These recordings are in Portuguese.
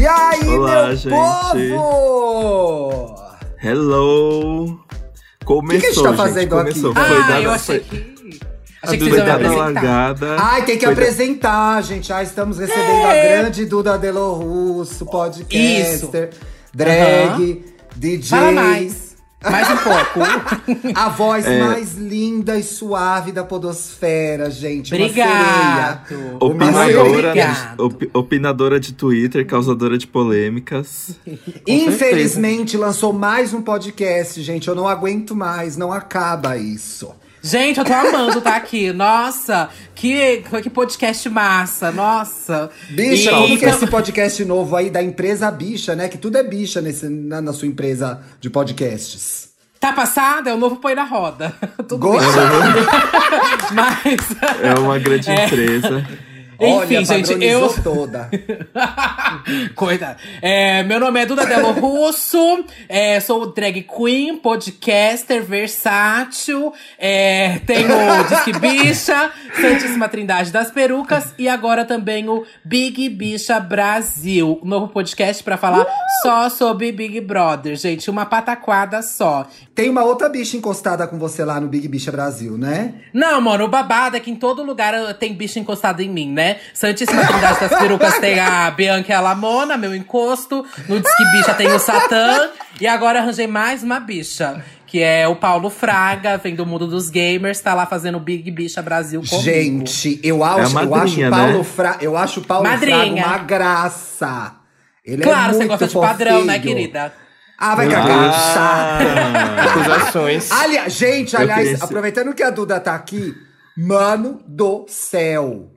E aí, Olá, meu gente. povo! Hello! Começou, Que que a gente tá fazendo começou. aqui? Foi Ah, dada, eu achei foi, que. Achei que foi vocês iam me dada apresentar. largada. Ai, tem que foi da- apresentar, gente. Ah, estamos recebendo É. a grande Duda Delo Russo, podcaster, drag, DJ. Fala mais. Mais um pouco. A voz É. mais linda e suave da podosfera, gente. Uma sereia. Obrigado. Opinadora, é Obrigado. opi- opinadora de Twitter, causadora de polêmicas. Infelizmente, lançou mais um podcast, gente. Eu não aguento mais, não acaba isso. Gente, eu tô amando estar aqui. Nossa, que, que podcast massa. Nossa. Bicha, Então, E- então, como que é esse podcast novo aí da empresa bicha, né? Que tudo é bicha nesse, na, na sua empresa de podcasts. Tá passada? É o novo Põe na Roda. Tudo Gosta? bem. Mas. É uma grande É. empresa. Enfim, Olha, gente, padronizou eu. toda. Coitado. É, meu nome é Duda Delo Russo, é, sou drag queen, podcaster, versátil, é, tenho o Disque Bicha, Santíssima Trindade das Perucas e agora também o Big Bicha Brasil, um novo podcast pra falar só sobre Big Brother, gente, uma pataquada só. Tem uma outra bicha encostada com você lá no Big Bicha Brasil, né? Não, mano, o babado é que em todo lugar eh, tem bicho encostado em mim, né? Santíssima Trindade das Perucas tem a Bianca e a Lamona, meu encosto. No Disque Bicha tem o Satã. E agora arranjei mais uma bicha, que é o Paulo Fraga, vem do mundo dos gamers, tá lá fazendo Big Bicha Brasil comigo. Gente, eu acho, É eu a acho madrinha, o Paulo né? Fra, eu acho o Paulo Fraga Madrinha. uma graça. Ele Claro, é você muito gosta de padrão, né, fofinho. querida? Ah, vai cagar, chato. Acusações. Alia- gente, Eu aliás, queria ser- aproveitando que a Duda tá aqui, mano do céu.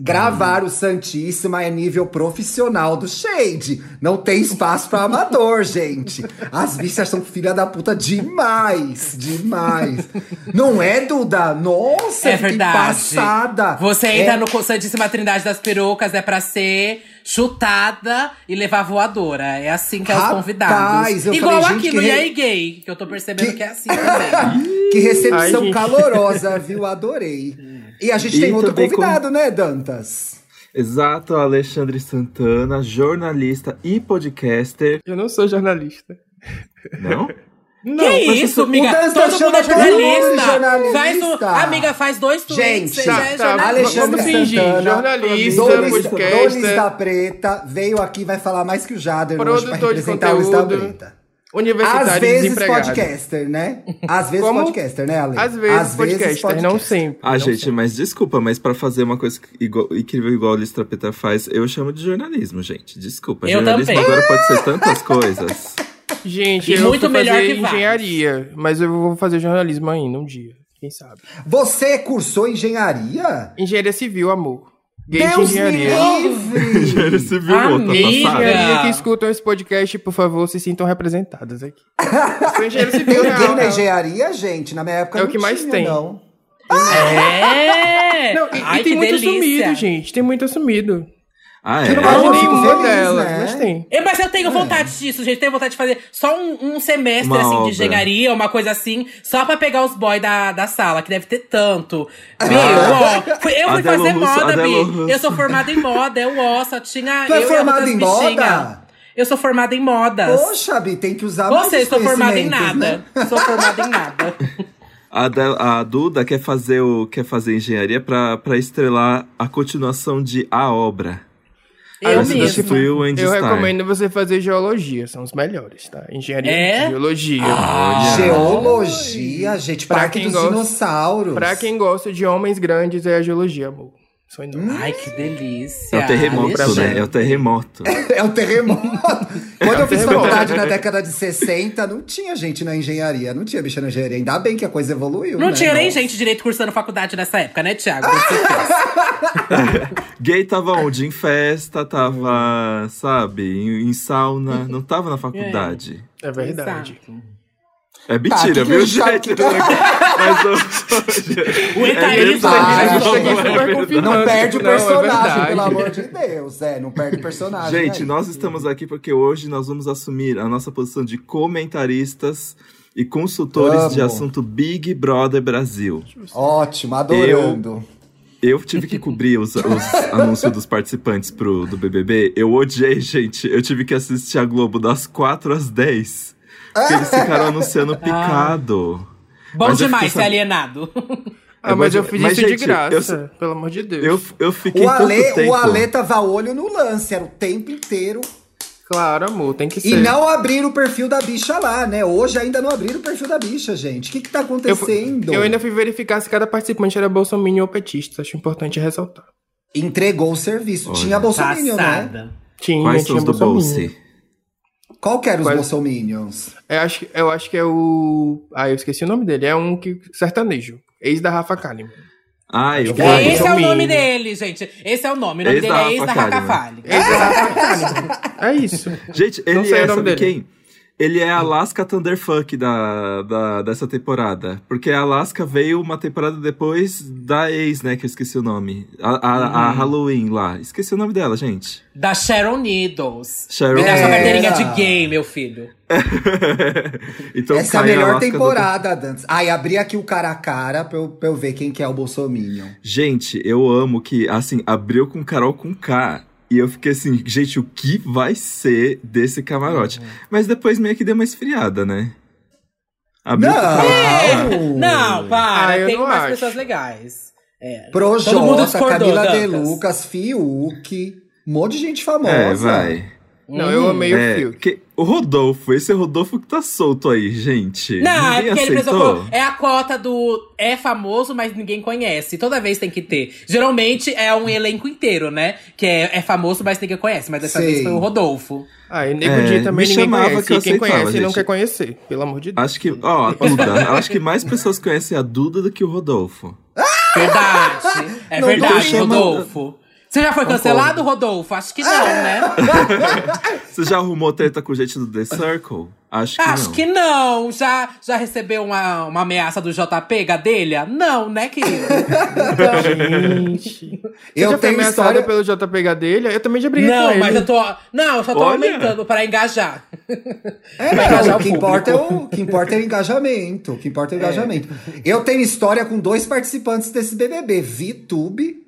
Gravar o Santíssima é nível profissional do Shade. Não tem espaço pra amador, gente. As bichas são filha da puta demais, demais. Não é, Duda? Nossa, É eu fiquei verdade. passada. Você É- entra no Santíssima Trindade das Perucas, é pra ser chutada e levar voadora. É assim que é os Rapaz, convidados. eu Igual falei, gente, aquilo, que e re- aí gay, que eu tô percebendo que, é assim também. Que recepção Ai, gente. calorosa, viu? Adorei. E a gente E tem outro também com- convidado, né, Dantas? Exato, Alexandre Santana, jornalista e podcaster. Eu não sou jornalista. Não? Não, que mas eu isso, sou- amiga? Dantas Todo mundo chama é todo mundo jornalista. de jornalista. Faz um, amiga, faz dois tweets, Gente, você tá, já é tá, jornalista. Alexandre Vamos fingir, Santana, jornalista, Donis- podcaster. Donis da Preta, veio aqui vai falar mais que o Jader hoje pra Produtor de representar o Donis da conteúdo, Preta. Universitário Às vezes desempregado. podcaster, né? Às vezes Como? podcaster, né, Ale? Às vezes, podcaster, não sempre. Ah, não gente, sempre. mas desculpa, mas pra fazer uma coisa que igual- incrível igual a Listra Petra faz, eu chamo de jornalismo, gente. Desculpa. Eu jornalismo também. agora pode ser tantas coisas. Gente, E eu muito fui melhor fazer que vários. engenharia, mas eu vou fazer jornalismo ainda um dia, quem sabe. Você cursou engenharia? Engenharia civil, amor. Gay de Deus me engenharia. livre! Ele se viu, outra Amiga. passada. Engenharia que escutam esse podcast, por favor, se sintam representadas aqui. Eu sou engenheiro Tem civil, ninguém é real, na real. engenharia, gente? Na minha época É o não que mais tinha, tem. não. É! Não, e, e Ai, tem que muito delícia. assumido, gente. Tem muito assumido. Ah, Que é? não Não eu fico nenhuma feliz, delas, né? mas tem. É, mas eu tenho vontade disso, gente. Tenho vontade de fazer só um, um semestre, Uma assim, obra. de engenharia, uma coisa assim, só pra pegar os boys da, da sala, que deve ter tanto. Viu? Ah. Ó, fui- eu fui Adelo fazer Russo, moda, Adelo Bi. Russo. Eu sou formada em moda, eu ó, só tinha. Tu Ah, eu é e formada outras em bichinhas. moda? Eu sou formada em modas. Poxa, Bi, tem que usar mais Vocês os sou formada em conhecimentos, né? nada. Sou formada em nada. A, Del- a Duda quer fazer, o, quer fazer engenharia pra, pra estrelar a continuação de A Obra. Ah, Eu você mesmo. deixa- Destituiu o Andy Eu Stein. recomendo você fazer geologia, são os melhores, tá? Engenharia, É? geologia. Olha. Geologia, gente, Pra parque quem dos gosta- dinossauros. Pra quem gosta de homens grandes, é a geologia, amor. Sou enorme. Ai, que delícia. É Ah, o terremoto, né? É o terremoto. É o terremoto. Quando eu fiz É um terremoto. faculdade na década de 60, não tinha gente na engenharia. Não tinha bicha na engenharia. Ainda bem que a coisa evoluiu. Não né? tinha nem Nossa. gente direito cursando faculdade nessa época, né, Tiago? Gay tava onde? Em festa, tava, sabe, em, em sauna. Não tava na faculdade. É verdade. É Tá, mentira, que que viu, eu já- gente? que tá que- Mas hoje- O etarismo. verdade. Não, Isso aqui não é super verdade. confirmado. Não perde o Não, é personagem, verdade. pelo amor de Deus. É, não perde o personagem. Gente, aí. nós estamos aqui porque hoje nós vamos assumir a nossa posição de comentaristas e consultores de Amo. assunto Big Brother Brasil. Ótimo, adorando. Eu tive que cobrir os, os anúncios dos participantes pro, do BBB. Eu odiei, gente. Eu tive que assistir a Globo das 4 às 10. Porque eles ficaram anunciando picado. Bom Mas eu demais ser fiquei sab- alienado. Ah, mas eu fiz Mas, isso gente, de eu graça, sa- pelo amor de Deus. Eu, eu fiquei O Ale, tanto tempo... o Ale tava olho no lance, era o tempo inteiro. Claro, amor, tem que ser. E não abrir o perfil da bicha lá, né? Hoje ainda não abriram o perfil da bicha, gente. O que que tá eu, acontecendo? eu ainda fui verificar se cada participante era bolsominion ou petista. Acho importante ressaltar. Entregou o serviço. Olha. Tinha Bolsonaro, né? Passada. Tinha, Quais são tinha os do bolsominion. Bolse? Qual que era os Quais- Bolsominions? Eu acho, que- eu acho que é o. Ah, eu esqueci o nome dele. É um que sertanejo. Ex da Rafa Kalimann. Ai, o que é Vale. Esse é o Bolsominion. nome dele, gente. Esse é o nome. O nome Ex dele da é ex da Rafa Kalimann. Racafale. Ex da Rafa Kalimann. É isso. Gente, Não ele sei é, o nome sabe dele. quem? Ele é a Alaska Thunderfuck da, da, dessa temporada. Porque a Alaska veio uma temporada depois da ex, né? Que eu esqueci o nome. A, a- a Uhum. Halloween lá. Esqueci o nome dela, gente. Da Sharon Needles. Sharon. Me dá sua É. carteirinha de gay, meu filho. então Essa é a cai melhor Alaska do- temporada, Dantes. Ai, abri aqui o cara a cara pra eu, pra eu ver quem que é o Bolsominion. Gente, eu amo que, assim, abriu com Carol com K. E eu fiquei assim, gente, o que vai ser desse camarote? Mas depois meio que deu uma esfriada, né? Abriu com Carol com K. É, Não, para. Ah, eu tem não umas acho. pessoas legais. É. Todo mundo Projota, discordou, Camila De Dantas. Lucas, Fiuk, um monte de gente famosa. É, vai. Não, Hum. eu amei o É, Fiuk. que- o Rodolfo, esse é o Rodolfo que tá solto aí, gente. Não, é Ninguém porque ele aceitou. precisou. É a cota do. É famoso, mas ninguém conhece. Toda vez tem que ter. Geralmente é um elenco inteiro, né? Que é, é famoso, mas ninguém conhece. Mas dessa Sim. vez foi o Rodolfo. Ah, e Nego É, Di também me ninguém chamava conhece. que eu e quem aceitava, conhece não gente. Ah, quer conhecer, pelo amor de Deus. Acho que, ó, a Duda. acho que mais pessoas conhecem a Duda do que o Rodolfo. Verdade. É Não verdade, tô chamando- Rodolfo. Você já foi cancelado, Rodolfo? Acho que não, né? Você já arrumou treta com gente do The Circle? Acho que Acho não. que não. Já, já recebeu uma, uma ameaça do JP, Gadelha? Não, né, querido? tá. Gente. Você Eu já foi tenho ameaçada história... pelo JP Gadelha? Eu também já briguei com não, ele. mas eu tô. Não, eu só tô Olha. aumentando pra engajar. É, Vai não, engajar o que o importa é o, o que importa é o engajamento. O que importa é o engajamento. Eu tenho história com dois participantes desse BBB, Vitube.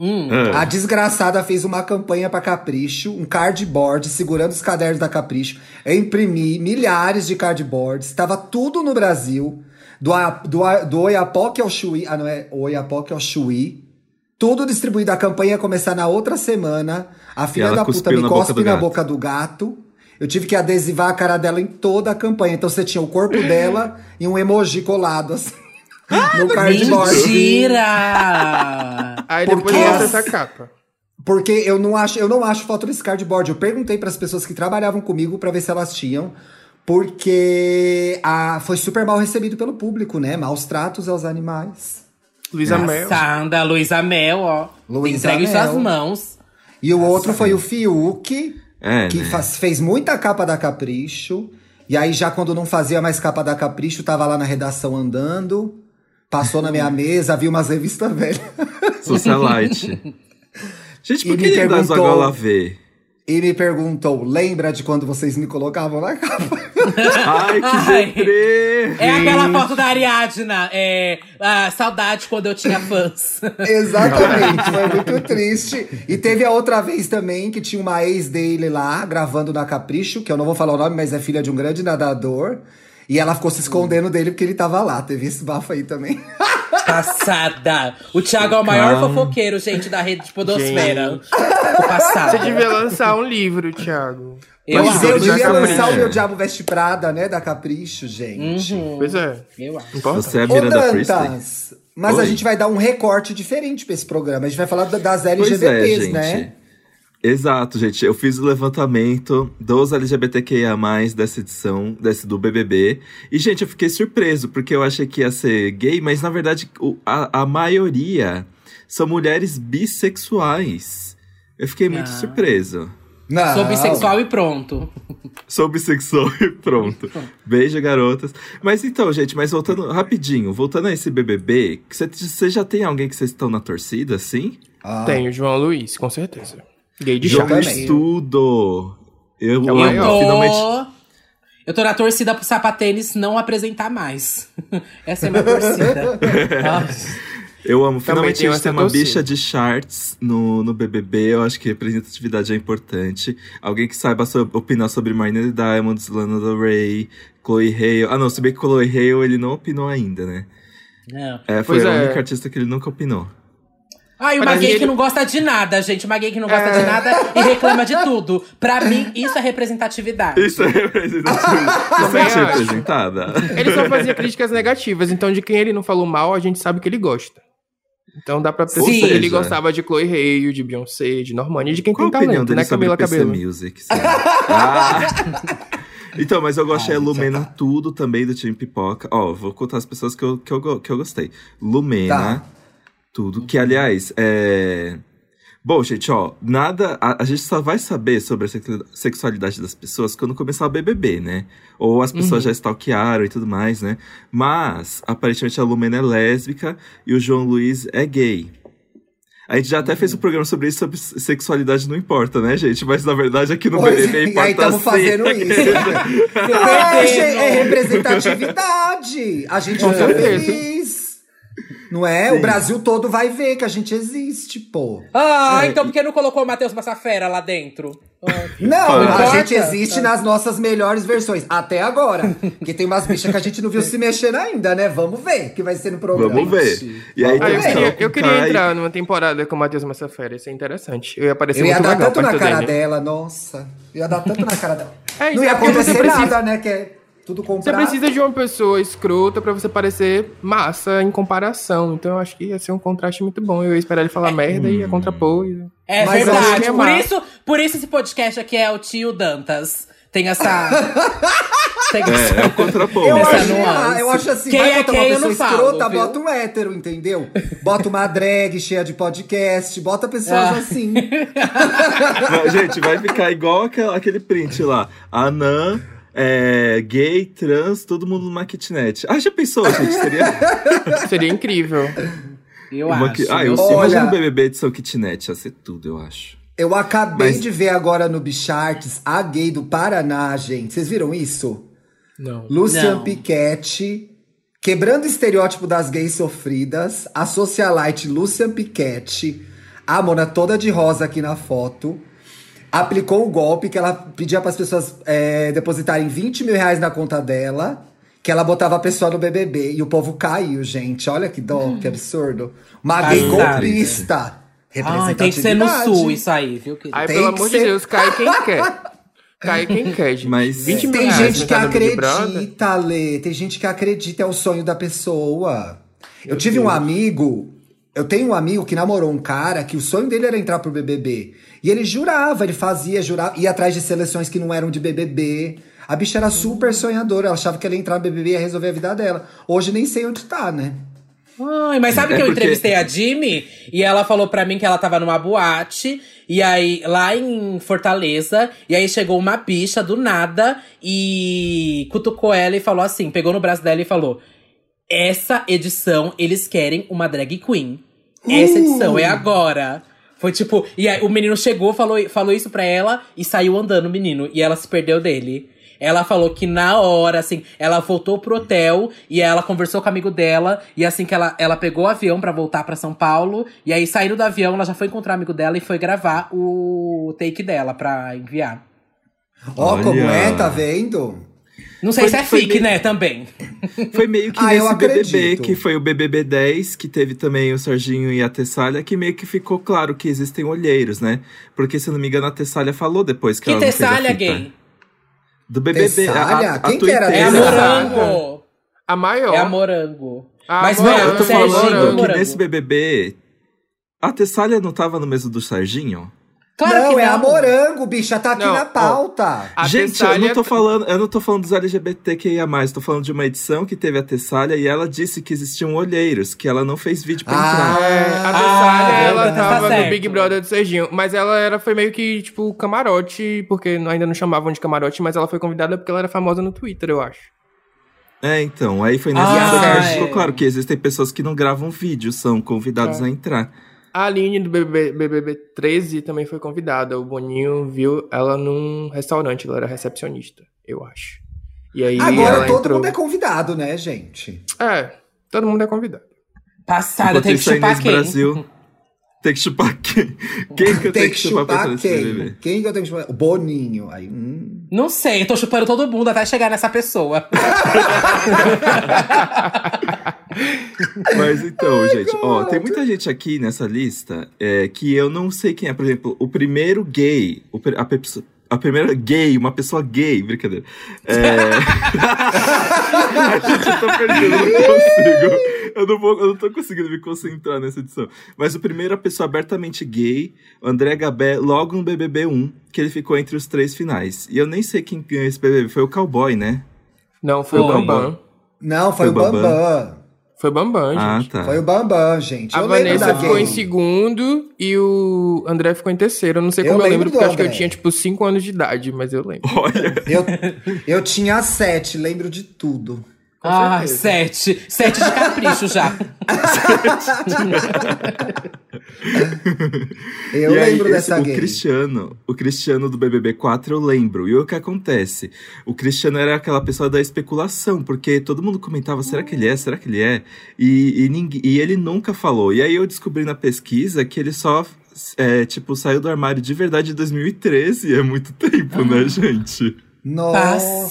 Hum. Ah. A desgraçada fez uma campanha pra Capricho, um cardboard segurando os cadernos da Capricho. Eu imprimi milhares de cardboards, tava tudo no Brasil. Do, a, do, a, do Oiapoque ao Chuí. Ah, não é? Oiapoque ao Chuí. Tudo distribuído. A campanha ia começar na outra semana. A filha ela da puta cuspiu me na boca cospe do na gato. boca do gato. Eu tive que adesivar a cara dela em toda a campanha. Então você tinha o corpo dela e um emoji colado assim. Ah, no cardboard. Mentira! Aí é depois Porque- eu assim. lança essa capa. Porque eu não acho, eu não acho foto desse cardboard. Eu perguntei pras pessoas que trabalhavam comigo pra ver se elas tinham, porque a, foi super mal recebido pelo público, né? Maus tratos aos animais. Luísa Mel. Sanda, Luísa Mel, ó. Luísa Mel. Entregue suas mãos. E o outro foi o Fiuk, É, que né? faz- fez muita capa da Capricho. E aí, já quando não fazia mais capa da Capricho, tava lá na redação andando, passou na Hum. minha mesa, viu umas revistas velhas. Socialite. Gente, E por que me ele dá perguntou- Zagola V? E me perguntou: lembra de quando vocês me colocavam na capa? Ai, que Ai. deprê! É aquela foto da Ariadna. É, ah, saudade quando eu tinha fãs. Exatamente, foi muito triste. E teve a outra vez também que tinha uma ex dele lá gravando na Capricho, que eu não vou falar o nome, mas é filha de um grande nadador. E ela ficou se escondendo dele porque ele tava lá. Teve esse bafo aí também. Passada. O Thiago é o maior Calma. fofoqueiro, gente, da rede de Podosfera. O passado. Você devia lançar um livro, Thiago. Eu Mas acho. eu Mas já devia Capricho. lançar o meu Diabo Veste Prada, né? Da Capricho, gente. Uhum. Pois é. Eu acho. Importa. Você é a Ô, Miranda Priestley? Dantas, mas a Oi. gente vai dar um recorte diferente pra esse programa. A gente vai falar da- das Pois é, LGBTs, gente. né? Exato, gente. Eu fiz o levantamento dos LGBTQIA+, dessa edição, desse do BBB. E, gente, eu fiquei surpreso, porque eu achei que ia ser gay, mas, na verdade, o- a, a maioria são mulheres bissexuais. Eu fiquei muito Ah. surpreso. Não. Sou bissexual e pronto. Sou bissexual e pronto. Beijo, garotas. Mas então, gente, mas voltando rapidinho, voltando a esse BBB, você já tem alguém que vocês estão na torcida, assim? Ah, Tem o João Luiz, com certeza. Gay de João chá. Jogo também. de tudo! Eu É amo, o Eu maior. tô. finalmente. Eu tô na torcida pro sapatênis não apresentar mais. Essa é a minha torcida. Ai, Eu amo. Também Finalmente tem a o gente tem uma acetocínio. bicha de charts no, no BBB. Eu acho que representatividade é importante. Alguém que saiba so- opinar sobre Marina Diamonds, Lana Del Rey, Chloe Hale. Ah, não. Se bem que Chloe Hale, ele não opinou ainda, né? Não. É, foi Pois a é. única artista que ele nunca opinou. Ah, e uma Mas gay ele- que não gosta de nada, gente. Uma gay que não gosta de nada e reclama de tudo. Pra mim, isso é representatividade. Isso é representatividade. Isso Também é ser acho. representada. Ele só fazia críticas negativas, então de quem ele não falou mal, a gente sabe que ele gosta. Então dá pra perceber Sim. que ele Ou seja- gostava de Chloe Hale, de Beyoncé, de Normani, de quem Qual a tem opinião talento, dele né, sobre Camila PC Cabelo? Music? sabe? Ah! Então, mas eu gostei Ah, a Lumena tá. tudo também do time Pipoca. Ó, vou contar as pessoas que eu, que eu, go- que eu gostei. Lumena, Tá. tudo. Que, aliás, é... Bom, gente, ó, nada. A, a gente só vai saber sobre a sexu- sexualidade das pessoas quando começar o BBB, né? Ou as pessoas Uhum. já stalkearam e tudo mais, né? Mas, aparentemente, a Lumena é lésbica e o João Luiz é gay. A gente já até fez um Uhum. programa sobre isso, sobre sexualidade não importa, né, gente? Mas na verdade aqui no Pois, é, e BBB aí importa estamos sim. fazendo isso. é, gente, é representatividade. A gente Com fica certeza. feliz. Não é? O Brasil todo vai ver que a gente existe, pô. Ah, É, então por que não colocou o Matheus Massafera lá dentro? Ah, Não, Não a importa. gente existe nas nossas melhores versões, até agora. Porque tem umas bichas que a gente não viu se mexendo ainda, né? Vamos ver que vai ser no programa. Vamos ver. E aí Ah, tem eu o queria, Carol eu com queria Kai. entrar numa temporada com o Matheus Massafera, isso é interessante. Eu ia aparecer Eu ia muito dar legal tanto na perto cara dele. dela, nossa. Eu ia dar tanto na cara dela. É, não isso ia é porque você acontecer precisa- nada, né? Que é tudo Você comprado. precisa de uma pessoa escrota pra você parecer massa em comparação. Então eu acho que ia ser um contraste muito bom. Eu ia esperar ele É. falar merda e ia contrapor. e- É Mas eu acho verdade. que é Por má. isso, por isso esse podcast aqui é o tio Dantas. Tem essa. Tem É, é o essa... Eu contraponto. Essa acho, nuance. eu acho assim, Quem vai é botar quem, eu uma pessoa não falo, escrota, viu? bota um hétero, entendeu? Bota uma drag cheia de podcast, bota pessoas Ah. assim. Não, gente, vai ficar igual aquela- aquele print lá. Anã, é, gay, trans, todo mundo numa kitnet. Ah, já pensou, gente? Seria Seria incrível. Eu uma acho. ki- Ah, eu Olha- imagino o BBB edição kitnet. Ia ser tudo, eu acho. Eu acabei Mas- de ver agora no Bicharts a gay do Paraná, gente. Vocês viram isso? Não. Lucian Não. Piquet, quebrando o estereótipo das gays sofridas, a socialite Lucian Piquet, a Mona toda de rosa aqui na foto, aplicou o golpe que ela pedia para as pessoas é, depositarem 20 mil reais na conta dela, que ela botava a pessoa no BBB e o povo caiu, gente. Olha que dó, Hum. que absurdo. Uma gay Passada. golpista. Tá, Ai, tem que ser no sul isso aí, viu, querido? Aí, Tem pelo que amor de ser- Deus, cai quem quer. Cai quem quer, gente. Mas- 20 mil Tem reais gente que né? Tá no cada Big Brother. acredita, Lê. Tem gente que acredita, é o sonho da pessoa. Eu tive um amigo, eu tenho um amigo que namorou um cara que o sonho dele era entrar pro BBB. E ele jurava, ele fazia, jurava, ia atrás de seleções que não eram de BBB. A bicha era Hum. super sonhadora, ela achava que ela ia entrar no BBB e ia resolver a vida dela. Hoje nem sei onde tá, né? Ai, mas sabe É que eu porque- entrevistei a Jimmy e ela falou pra mim que ela tava numa boate e aí lá em Fortaleza e aí chegou uma bicha do nada e cutucou ela e falou assim, pegou no braço dela e falou: "Essa edição eles querem uma drag queen. Essa Uh! edição é agora." Foi tipo, e aí o menino chegou, falou, falou isso pra ela e saiu andando o menino. E ela se perdeu dele. Ela falou que na hora, assim, ela voltou pro hotel e ela conversou com o amigo dela. E assim que ela, ela pegou o avião pra voltar pra São Paulo. E aí saindo do avião, ela já foi encontrar o amigo dela e foi gravar o take dela pra enviar. Ó, Olha. como é, tá vendo? Não sei Foi- se é foi fic, bem- né, também. Foi meio que Ah, eu nesse BBB, acredito. que foi o BBB 10, que teve também o Serginho e a Tessália, que meio que ficou claro que existem olheiros, né? Porque, se eu não me engano, a Tessália falou depois que, Que ela não é fez a Tessália fita. gay. Do BBB. a- Tessália? A, a, Quem que era É a tuiteira. Tessália? morango. A maior. É a morango. Ah, Mas Não, morango, é, eu tô o Serginho falando que Morango. nesse BBB, a Tessália não tava no mesmo do Serginho? Claro não, que é a não. morango, bicha, tá aqui Não, na ó. pauta. A Gente, eu Tessália- é tá- não tô falando, eu não tô falando dos LGBTQIA+, tô falando de uma edição que teve a Tessália e ela disse que existiam olheiros, que ela não fez vídeo pra Ah, entrar. É, a Ah, Tessália, ela tá tava certo. no Big Brother do Serginho, mas ela era, foi meio que, tipo, camarote, porque ainda não chamavam de camarote, mas ela foi convidada porque ela era famosa no Twitter, eu acho. É, então, aí foi nesse Ah, episódio que é. ficou claro que existem pessoas que não gravam vídeo, são convidados É. a entrar. A Aline do BBB, 13 também foi convidada, o Boninho viu ela num restaurante, ela era recepcionista, eu acho. E aí Agora ela todo entrou... mundo é convidado, né, gente? É, todo mundo é convidado. Passada, Enquanto tem Tá, que isso, a chupar Inês quem? Brasil tem que chupar quem? Quem que eu tenho que chupar pra entrar nesse quem? BBB? Quem que eu tenho que chupar? O Boninho. Aí, hum. Não sei, eu tô chupando todo mundo até chegar nessa pessoa. Mas então, gente, ó, tem muita gente aqui nessa lista é, que eu não sei quem é. Por exemplo, o primeiro gay, o pri- a, peps- a primeira gay, uma pessoa gay, brincadeira. É... a gente tá perdido, eu não consigo. Eu não, vou, eu não tô conseguindo me concentrar nessa edição. Mas o primeiro, a pessoa abertamente gay, o André Gabé, logo no BBB 1, que ele ficou entre os três finais. E eu nem sei quem ganhou esse BBB, foi o Cowboy, né? Não, foi, o Foi. Bambam. Não, foi, Foi o o Bambam. Bambam. Foi o Bambam, Ah, gente. tá. Foi o Bambam, gente. A eu lembro da Vanessa ficou gay. em segundo e o André ficou em terceiro. Eu não sei Eu como eu, lembro lembro, do porque eu acho que eu André. tinha, tipo, 5 anos de idade, mas eu lembro. Olha, Eu, eu tinha sete, lembro de tudo. Com Ah, certeza. sete. Sete de capricho já. Eu E aí, lembro esse- dessa o gay. Cristiano, o Cristiano do BBB 4 eu lembro. E o que acontece? O Cristiano era aquela pessoa da especulação, porque todo mundo comentava, será que ele é, será que ele é? E, e, ninguém- e ele nunca falou. E aí eu descobri na pesquisa que ele só, é, tipo, saiu do armário de verdade em 2013. É muito tempo, né, gente? Nossa.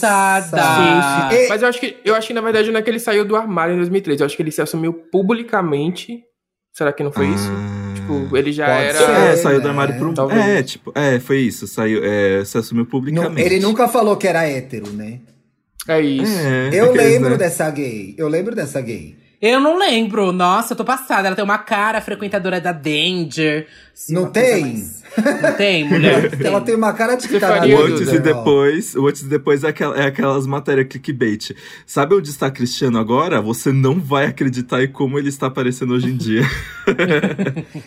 Passada. Ei, Mas eu acho que, eu acho que na verdade, não é que ele saiu do armário em 2013. Eu acho que ele se assumiu publicamente. Será que não foi isso? Ah. Tipo, ele já Pode era. ser. É, saiu do né? armário pro... Talvez. É, tipo, é, foi isso. Saiu, é, se assumiu não- publicamente. ele nunca falou que era hétero, né? É isso. É, Eu aqueles, lembro né? dessa gay. Eu lembro dessa gay. Eu não lembro. Nossa, eu tô passada. Ela tem uma cara frequentadora da Danger. Não Uma coisa tem? mais- Não tem, mulher? Não Ela tem uma cara de que Você tá na faria, O Duda? antes e Disney, ó. depois, o antes e depois é, aquela- é aquelas matérias clickbait. Sabe onde está Cristiano agora? Você não vai acreditar em como ele está aparecendo hoje em dia.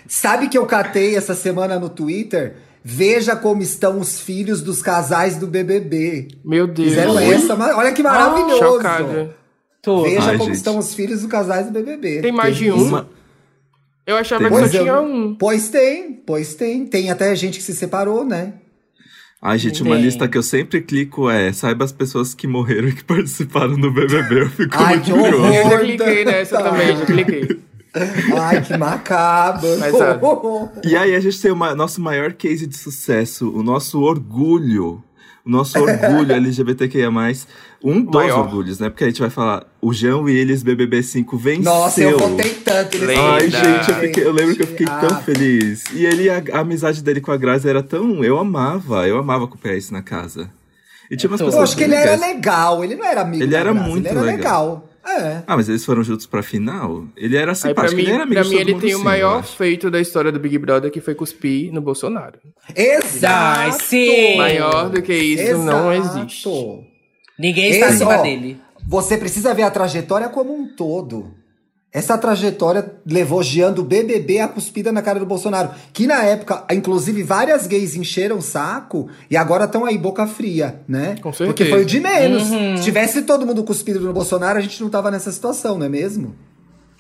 Sabe que eu catei essa semana no Twitter? Veja como estão os filhos dos casais do BBB. Meu Deus. Fizeram essa, mas olha que é maravilhoso. Chocado. Tudo. Veja Ai, como gente. estão os filhos dos casais do BBB. Tem mais de Porque um? isso- Eu achava Tem que só Pois, é. tinha um. pois tem, pois tem. Tem até gente que se separou, né? Ai, gente, uma Bem. lista que eu sempre clico é: saiba as pessoas que morreram e que participaram do BBB. Eu fico Ai, muito que curioso. horror. Eu já cliquei nessa Tá. também, já cliquei. Ai, que macabro. Mas, sabe? E aí a gente tem o ma- nosso maior case de sucesso, o nosso orgulho. O nosso orgulho LGBTQIA. Um dos Maior. orgulhos, né? Porque a gente vai falar: o Jean Willis BBB 5 venceu. Nossa, eu contei tanto. eles- Lenda. Ai, gente, eu, Gente, fiquei- eu lembro que eu fiquei ah. tão feliz. E ele, a, a amizade dele com a Grazi era tão. Eu amava, eu amava acompanhar isso na casa. E É tinha umas tudo. pessoas. Eu acho que ele bem era legais. legal, ele não era amigo Ele da era Grazi, muito ele era legal. legal. É. Ah, mas eles foram juntos pra final? Ele era Aí pra simpático, mim, ele era amigo pra de mim todo ele mundo, assim. tem o sim, eu maior acho. feito da história do Big Brother, que foi cuspir no Bolsonaro. É. Exato. Ai, É. sim. Maior do que isso não existe. Ninguém está Esse, acima ó, dele. Você precisa ver a trajetória como um todo. Essa trajetória levou Jean do BBB a cuspida na cara do Bolsonaro. Que na época, inclusive, várias gays encheram o saco e agora estão aí boca fria, né? Com certeza. Porque foi o de menos. Uhum. Se tivesse todo mundo cuspido no Bolsonaro, a gente não tava nessa situação, não é mesmo?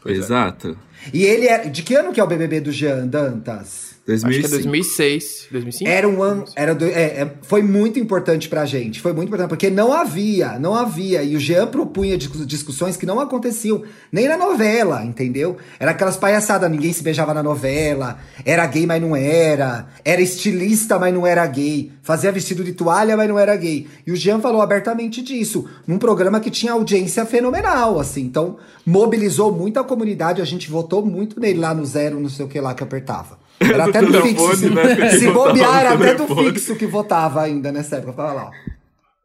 Pois é. Exato. E ele é. De que ano que é o BBB do Jean, Dantas? Acho que é 2005. 2006, 2005? Era um ano. Era do- é, é, foi muito importante pra gente. Foi muito importante, porque não havia, não havia. E o Jean propunha discu- discussões que não aconteciam, nem na novela, entendeu? Era aquelas palhaçadas, ninguém se beijava na novela, era gay, mas não era, era estilista, mas não era gay, fazia vestido de toalha, mas não era gay. E o Jean falou abertamente disso, num programa que tinha audiência fenomenal, assim. Então, mobilizou muito a comunidade, a gente votou muito nele lá no zero, não sei o que lá que apertava. Era Do até do fixo. telefone, Se, né? Tem que se botar bobear, no era até do telefone. fixo que votava ainda nessa época. Fala lá.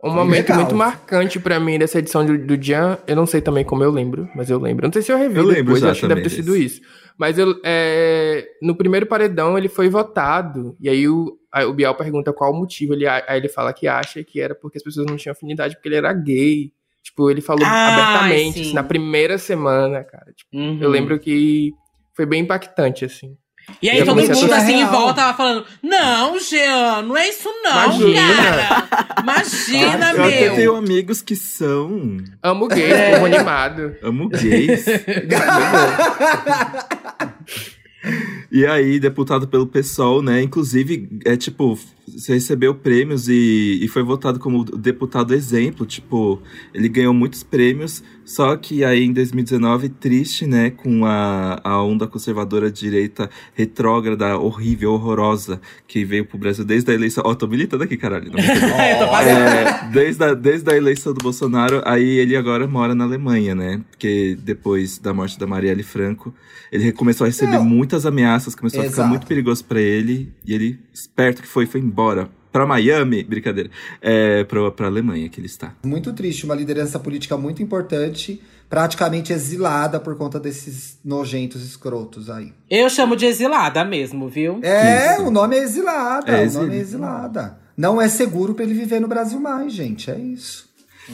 Um momento Legal. muito marcante pra mim dessa edição do, do Jan, eu não sei também como eu lembro, mas eu lembro. Eu não sei se eu revi Eu lembro depois, já acho que deve ter também sido isso. Mas eu, é, no primeiro paredão ele foi votado, e aí o, aí o Bial pergunta qual o motivo, ele, a- aí ele fala que acha que era porque as pessoas não tinham afinidade, porque ele era gay. Tipo, ele falou Ah, abertamente, sim. assim, na primeira semana, cara. Tipo, Uhum. Eu lembro que foi bem impactante, assim. E aí Eu todo comecei a mundo achar assim em real. volta tava falando: Não, Jean, não é isso, não, Imagina. cara. Imagina, Eu até meu. tenho amigos que são. Amo gays, É. povo animado. Amo gays. E aí, deputado pelo PSOL, né? Inclusive, é tipo, você recebeu prêmios e, e foi votado como deputado exemplo. Tipo, ele ganhou muitos prêmios Só que aí em 2019, triste, né, com a, a onda conservadora de direita retrógrada, horrível, horrorosa, que veio pro Brasil desde a eleição. Ó, tô militando aqui, caralho. Não, Eu tô quase- é, desde, a, desde a eleição do Bolsonaro, aí ele agora mora na Alemanha, né? Porque depois da morte da Marielle Franco, ele começou a receber Não. muitas ameaças, começou a ficar Exato. muito perigoso pra ele. E ele, esperto que foi, foi embora pra Miami, brincadeira, é, pra, pra Alemanha que ele está. Muito triste, uma liderança política muito importante, praticamente exilada por conta desses nojentos escrotos aí. Eu chamo de exilada mesmo, viu? É, Isso. o nome é exilada, É o nome é exilado. exilada. Não é seguro pra ele viver no Brasil mais, gente, é isso.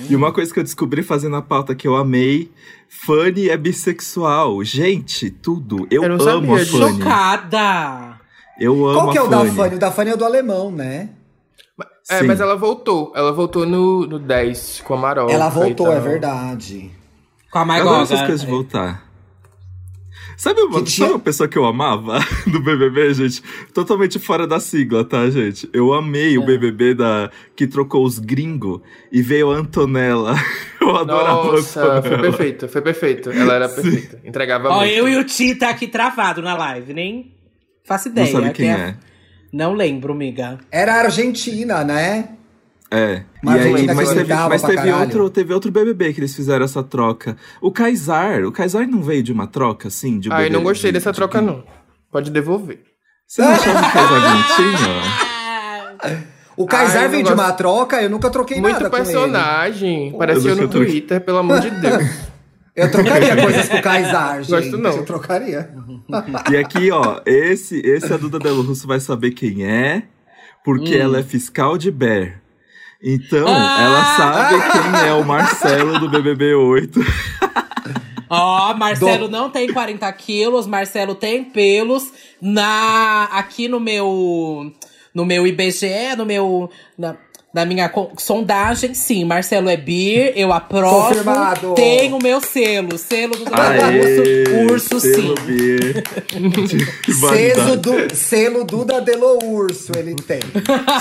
E uma coisa que eu descobri fazendo a pauta que eu amei, Fanny é bissexual. Gente, tudo. Eu, Eu não amo sabia a disso. Fanny. Chocada! Eu amo Qual que é a o da Fanny? O da Fanny é o do alemão, né? É, Sim. mas ela voltou. Ela voltou no, no 10 com a Marola. Ela voltou, é verdade. Com a Eu Margot. adoro essas coisas de voltar. Sabe uma, Que tinha- sabe uma pessoa que eu amava do BBB, gente? Totalmente fora da sigla, tá, gente? Eu amei Ah. o BBB da, que trocou os gringo e veio a Antonella. Eu adorava a Nossa, foi Antonella. perfeito, foi perfeito. Ela era Sim. perfeita. Entregava Ó, muito. eu e o Ti tá aqui travado na live, nem faço Não ideia. sabe quem que é. Não lembro, miga. Era Argentina, né? É. Mas e eu aí, lembro mas que eu teve, ligava mas pra teve caralho. outro, teve outro BBB que eles fizeram essa troca. O Kaysar, o Kaysar não veio de uma troca, assim? De um Ai, BBB não gostei de- dessa de- troca, não. Pode devolver. Você não achava o Kaysar bonitinho? O Kaysar eu vem não de gosto. uma troca, eu nunca troquei nada muito com ele. né? personagem. Pareceu Eu no nunca troquei. Twitter, pelo amor de Deus. Eu trocaria coisas com o Kaysar, gente. Gosto não. Eu trocaria. E aqui, ó, esse, esse a Duda Belo Russo vai saber quem é, porque Hum. ela é fiscal de Bear. Então, Ah! ela sabe quem é o Marcelo do BBB 8. Ó, Marcelo não tem 40 quilos, Marcelo tem pelos. Na, aqui no meu, no meu IBGE, no meu, na, na minha con- sondagem, sim, Marcelo é bir, eu aprovo. Confirmado. Tem o meu selo, selo do Aê, Então, urso, urso sim. selo Beer. Que Selo, validade. do, selo Duda Delo Urso ele tem.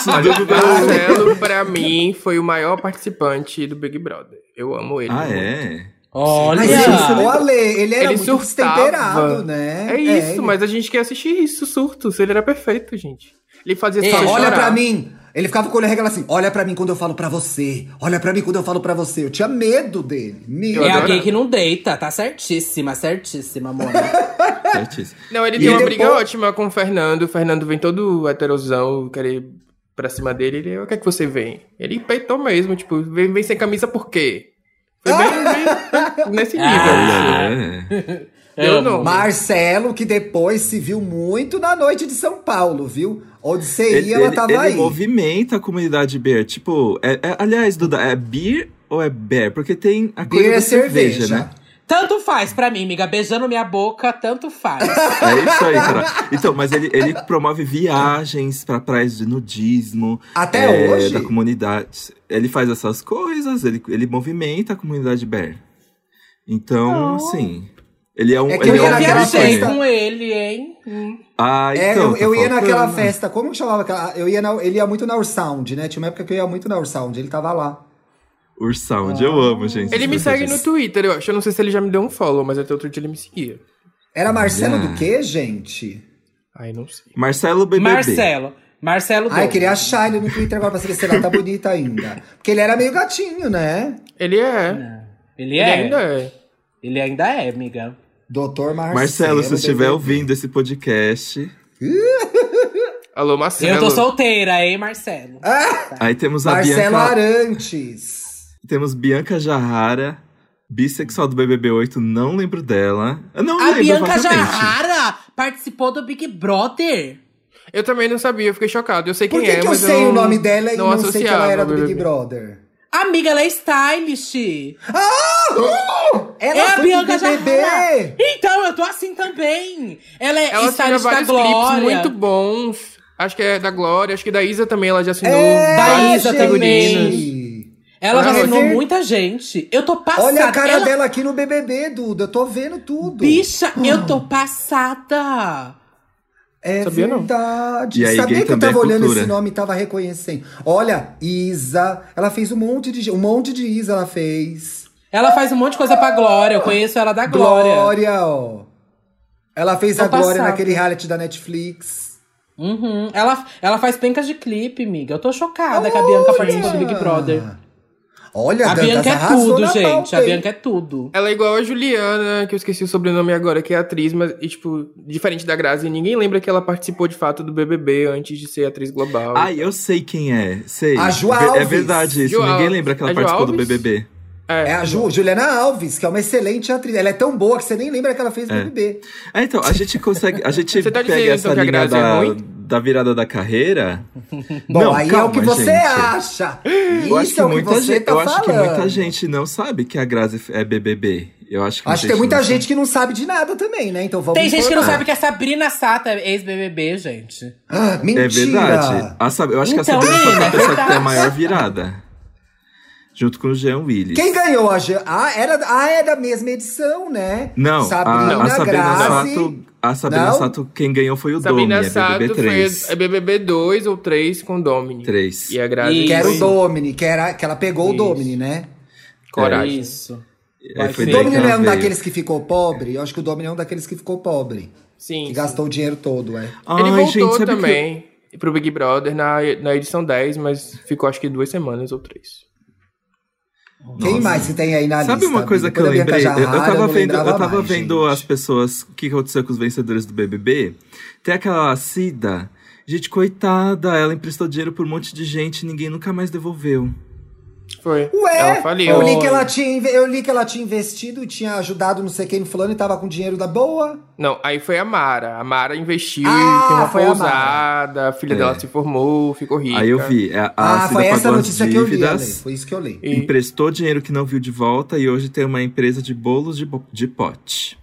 Selo do Belo Urso. Marcelo, pra mim, foi o maior participante do Big Brother. Eu amo ele. Ah, muito. é? Olha, Mas né? ele, o Ale, ele era Ele muito surtava. destemperado, né? É isso, ele- mas a gente quer assistir isso, surtos. Ele era perfeito, gente. Ele fazia Ei, só Olha chorar. pra mim. Ele ficava com o olho regalado assim, olha pra mim quando eu falo pra você. Olha pra mim quando eu falo pra você. Eu tinha medo dele. Medo. Eu é a adorava. gay que não deita, tá certíssima, certíssima, amor. Certíssimo. Não, ele E tem uma ele briga depois- ótima com o Fernando. O Fernando vem todo heterosão, quer ir pra cima dele. Ele, o que é que você vem? Ele peitou mesmo, tipo, vem, vem sem camisa por quê? Foi bem, bem nesse nível. Ah. assim. É. Eu Amo. não. Marcelo, que depois se viu muito na noite de São Paulo, viu? Onde você ia, ela tava ele aí. movimenta a comunidade beer. Tipo, é, é- aliás, Duda, é beer ou é beer? Porque tem a coisa Beer da é cerveja, cerveja. né? Tanto faz pra mim, miga. Beijando minha boca, tanto faz. É isso aí, cara. Então, mas ele, ele promove viagens pra praias de nudismo. Até é, hoje. Da comunidade. Ele faz essas coisas, ele, ele movimenta a comunidade beer. Então, assim... Ele é um... É que ele eu ia é Eu um naquela viajei beer. festa. com ele, hein? Hum. Ah, É, então, eu, eu tá ia naquela faltando. festa, como que chamava aquela? Eu ia na, ele ia muito na Ursound, né? Tinha uma época que eu ia muito na Ursound, ele tava lá. Ursound, eu amo, gente. Ele me essas segue no coisas. Twitter, eu acho. Eu não sei se ele já me deu um follow, mas até outro dia ele me seguia. Era Marcelo Yeah. do quê, gente? Ai, não sei. Marcelo BBB. Marcelo. Marcelo Ai, Douglas. queria achar ele no Twitter agora pra saber se ele tá bonita ainda. Porque ele era meio gatinho, né? Ele é. Ah, Ele Ele é. ainda é. Ele ainda é, amiga. Doutor Marcelo. Marcelo, se estiver bebê. ouvindo esse podcast, Alô, Marcelo. Eu tô solteira, hein, Marcelo? aí temos Ah, a Tá. Marcelo Bianca, Arantes. temos Bianca Jarrara, bissexual do BBB 8, não lembro dela. Eu não A lembro Bianca vagamente. Jarrara participou do Big Brother. Eu também não sabia, eu fiquei chocado. Eu sei Por quem que, é, que eu mas sei não- o nome dela e não, sei que ela associava era ao do Big BBB. Brother? Amiga, ela é stylish. Ela É a foi Bianca pro BBB. Jarrara. Então, eu tô assim também. Ela é Ela assina stylish da vários clipes Glória. muito bons. Acho que é da Glória, acho que da Isa também, ela já assinou. É, Da vários Isa gente. figurinos. Ela já Olha, assinou Roger. muita gente. Eu tô passada. Olha a cara Ela- dela aqui no BBB, Duda. Eu tô vendo tudo. Bicha, eu Hum. tô passada. É Sabia não. verdade. E aí, Sabia gay que eu também tava é olhando cultura. esse nome e tava reconhecendo. Olha, Isa. Ela fez um monte de. Um monte de Isa ela fez. Ela faz um monte de coisa pra Glória. Eu conheço ela da Glória. Glória, ó. Ela fez Tô a Glória passada. naquele reality da Netflix. Uhum. Ela, ela faz pencas de clipe, miga. Eu tô chocada que a Bianca participa do um Big Brother. Olha, A Dantas Bianca é arrasou tudo, na gente. pauta, A hein? Bianca é tudo. Ela é igual a Juliana, que eu esqueci o sobrenome agora, que é atriz, mas, e, tipo, diferente da Grazi, ninguém lembra que ela participou de fato do BBB antes de ser atriz global. Ah, eu sei quem é. Sei. A Ju É ver- É Alves. verdade isso. Ju Ninguém Alves. lembra que ela É Ju participou do Alves? BBB. É a Ju, Juliana Alves, que é uma excelente atriz. Ela é tão boa que você nem lembra que ela fez BBB. É, então, a gente consegue. A gente Você tá pega dizendo, essa então, que a linha Grazi é da, ruim? da virada da carreira. Bom, Não, aí é o calma, que você gente. acha. Isso Eu acho que, é o que muita você gente, tá eu falando. acho que muita gente não sabe que a Grazi é BBB. Eu acho que Acho que tem muita gente que não sabe de nada também, né? Então vamos Tem gente que não informar. sabe que a Sabrina Sata é ex-BBB, gente. Ah, mentira! É verdade. A Sab- Eu acho que a Então, Sabrina foi menina, a é pessoa que verdade. tem a maior virada. Junto com o Jean Willis. Quem ganhou a Jean? Ah, era, ah, é da mesma edição, né? Não, ah, Sabrina a, a Sabrina Grazi. Sato. A Sabrina Não? Sato, quem ganhou foi o Sabrina Domi, é Sato BBB foi 3. é BBB 2 ou 3 com Domini. 3. E é, a Grazi Que era o foi Domini, que, era, que ela pegou Isso. o Domini, né? Coragem. É Isso. Aí foi Sim. daí Domini que não é ela um veio. daqueles que ficou pobre? Eu acho que o Domini é um daqueles que ficou pobre. Sim. Que sim. gastou o dinheiro todo, é. Ai, Ele gente, voltou sabe que eu- também pro Big Brother na, na edição 10, mas ficou acho que duas semanas ou três. Quem Nossa. mais que tem aí na lista? Sabe uma coisa amiga? que eu Quando a Bianca lembrei? Eu, eu Jarrara, tava não vendo, eu lembrava tava mais, vendo gente. as pessoas, o que aconteceu com os vencedores do BBB. Tem aquela Cida. Gente, coitada, ela emprestou dinheiro por um monte de gente, ninguém nunca mais devolveu. Foi. Ué, ela faliu. eu, li que ela tinha, inve- eu li que ela tinha investido e tinha ajudado não sei quem no fulano e tava com dinheiro da boa. Não, aí foi a Mara. A Mara investiu Ah, e tem uma foi a Mara. pousada, a, filha É. dela se formou, ficou rica. Aí eu vi, é, a, a Ah, Cida foi essa pagou as notícia que eu li, Ale. dívidas, Foi isso que eu li. E- emprestou dinheiro que não viu de volta e hoje tem uma empresa de bolos de, bo- de pote.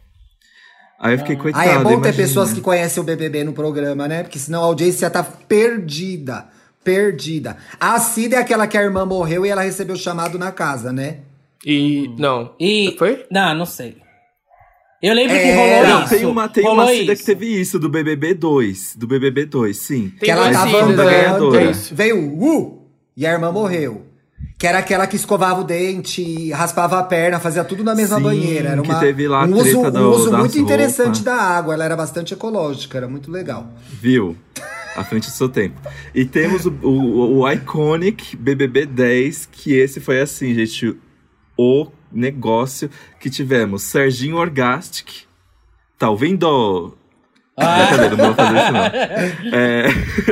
Aí eu fiquei coitada, Ah, é bom ter imagina. pessoas que conhecem o BBB no programa, né? Porque senão a audiência tá perdida. Perdida. A Cida é aquela que a irmã morreu e ela recebeu o chamado na casa, né? E. Não. Hum. E. Foi? Não, não sei. Eu lembro que É, rolou Não, isso. tem uma, tem rolou uma Cida isso. que teve isso, do BBB 2. Do BBB 2, sim. Tem que ela duas tava Cidas, Cidas, né? andando, Ganhadora. É isso. veio uh, e a irmã morreu. Que era aquela que escovava o dente, raspava a perna, fazia tudo na mesma Sim, banheira. Era que uma, teve lá a um treta uso, do- um uso das muito interessante roupas. da água. Ela era bastante ecológica, era muito legal. Viu? À frente do seu tempo. E temos o, o, o Iconic BBB 10, que esse foi assim, gente. O negócio que tivemos. Serginho Orgastic. Tá ouvindo? Ah, Brincadeira, não vou fazer isso não. É,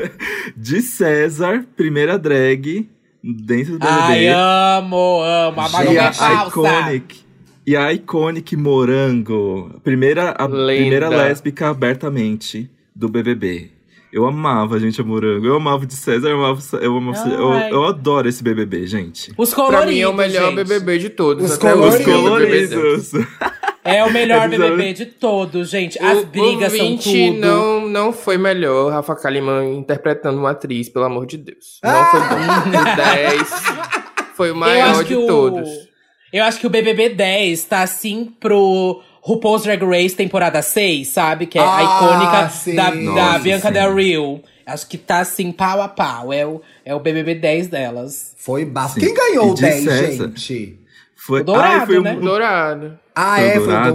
de César, primeira drag, dentro do ai, BBB. amo, amo. Abaixou e minha a calça. Iconic. E a Iconic Morango. a Primeira, a Lenda. primeira lésbica abertamente do BBB. Eu amava, gente, a Morango. Eu amava o de César, eu amava. o Cé- Eu, amava o Cé- eu, Ai. eu adoro esse BBB, gente. Os coloridos, Pra mim é o melhor gente. BBB de todos. Os até coloridos. Os hoje, o BBB coloridos. É o melhor É bizarro. BBB de todos, gente. As O- brigas o são 20 tudo. Não, é não foi melhor. Rafa Kalimann interpretando uma atriz, pelo amor de Deus. Não foi bom. O 10 foi o Ah! eu maior acho de que o, todos. Eu acho que o BBB 10 tá assim pro RuPaul's Drag Race temporada 6, sabe? Que é a Ah, icônica sim. da, da Nossa, Bianca sim. Del Rio. Acho que tá assim, pau a pau. É o, é o BBB 10 delas. Foi bafo. Sim. Quem ganhou E o de 10, César. gente? Foi, O dourado, ai, foi um- né? Dourado. Ah, Foi o é, foi o Dourado? Ah,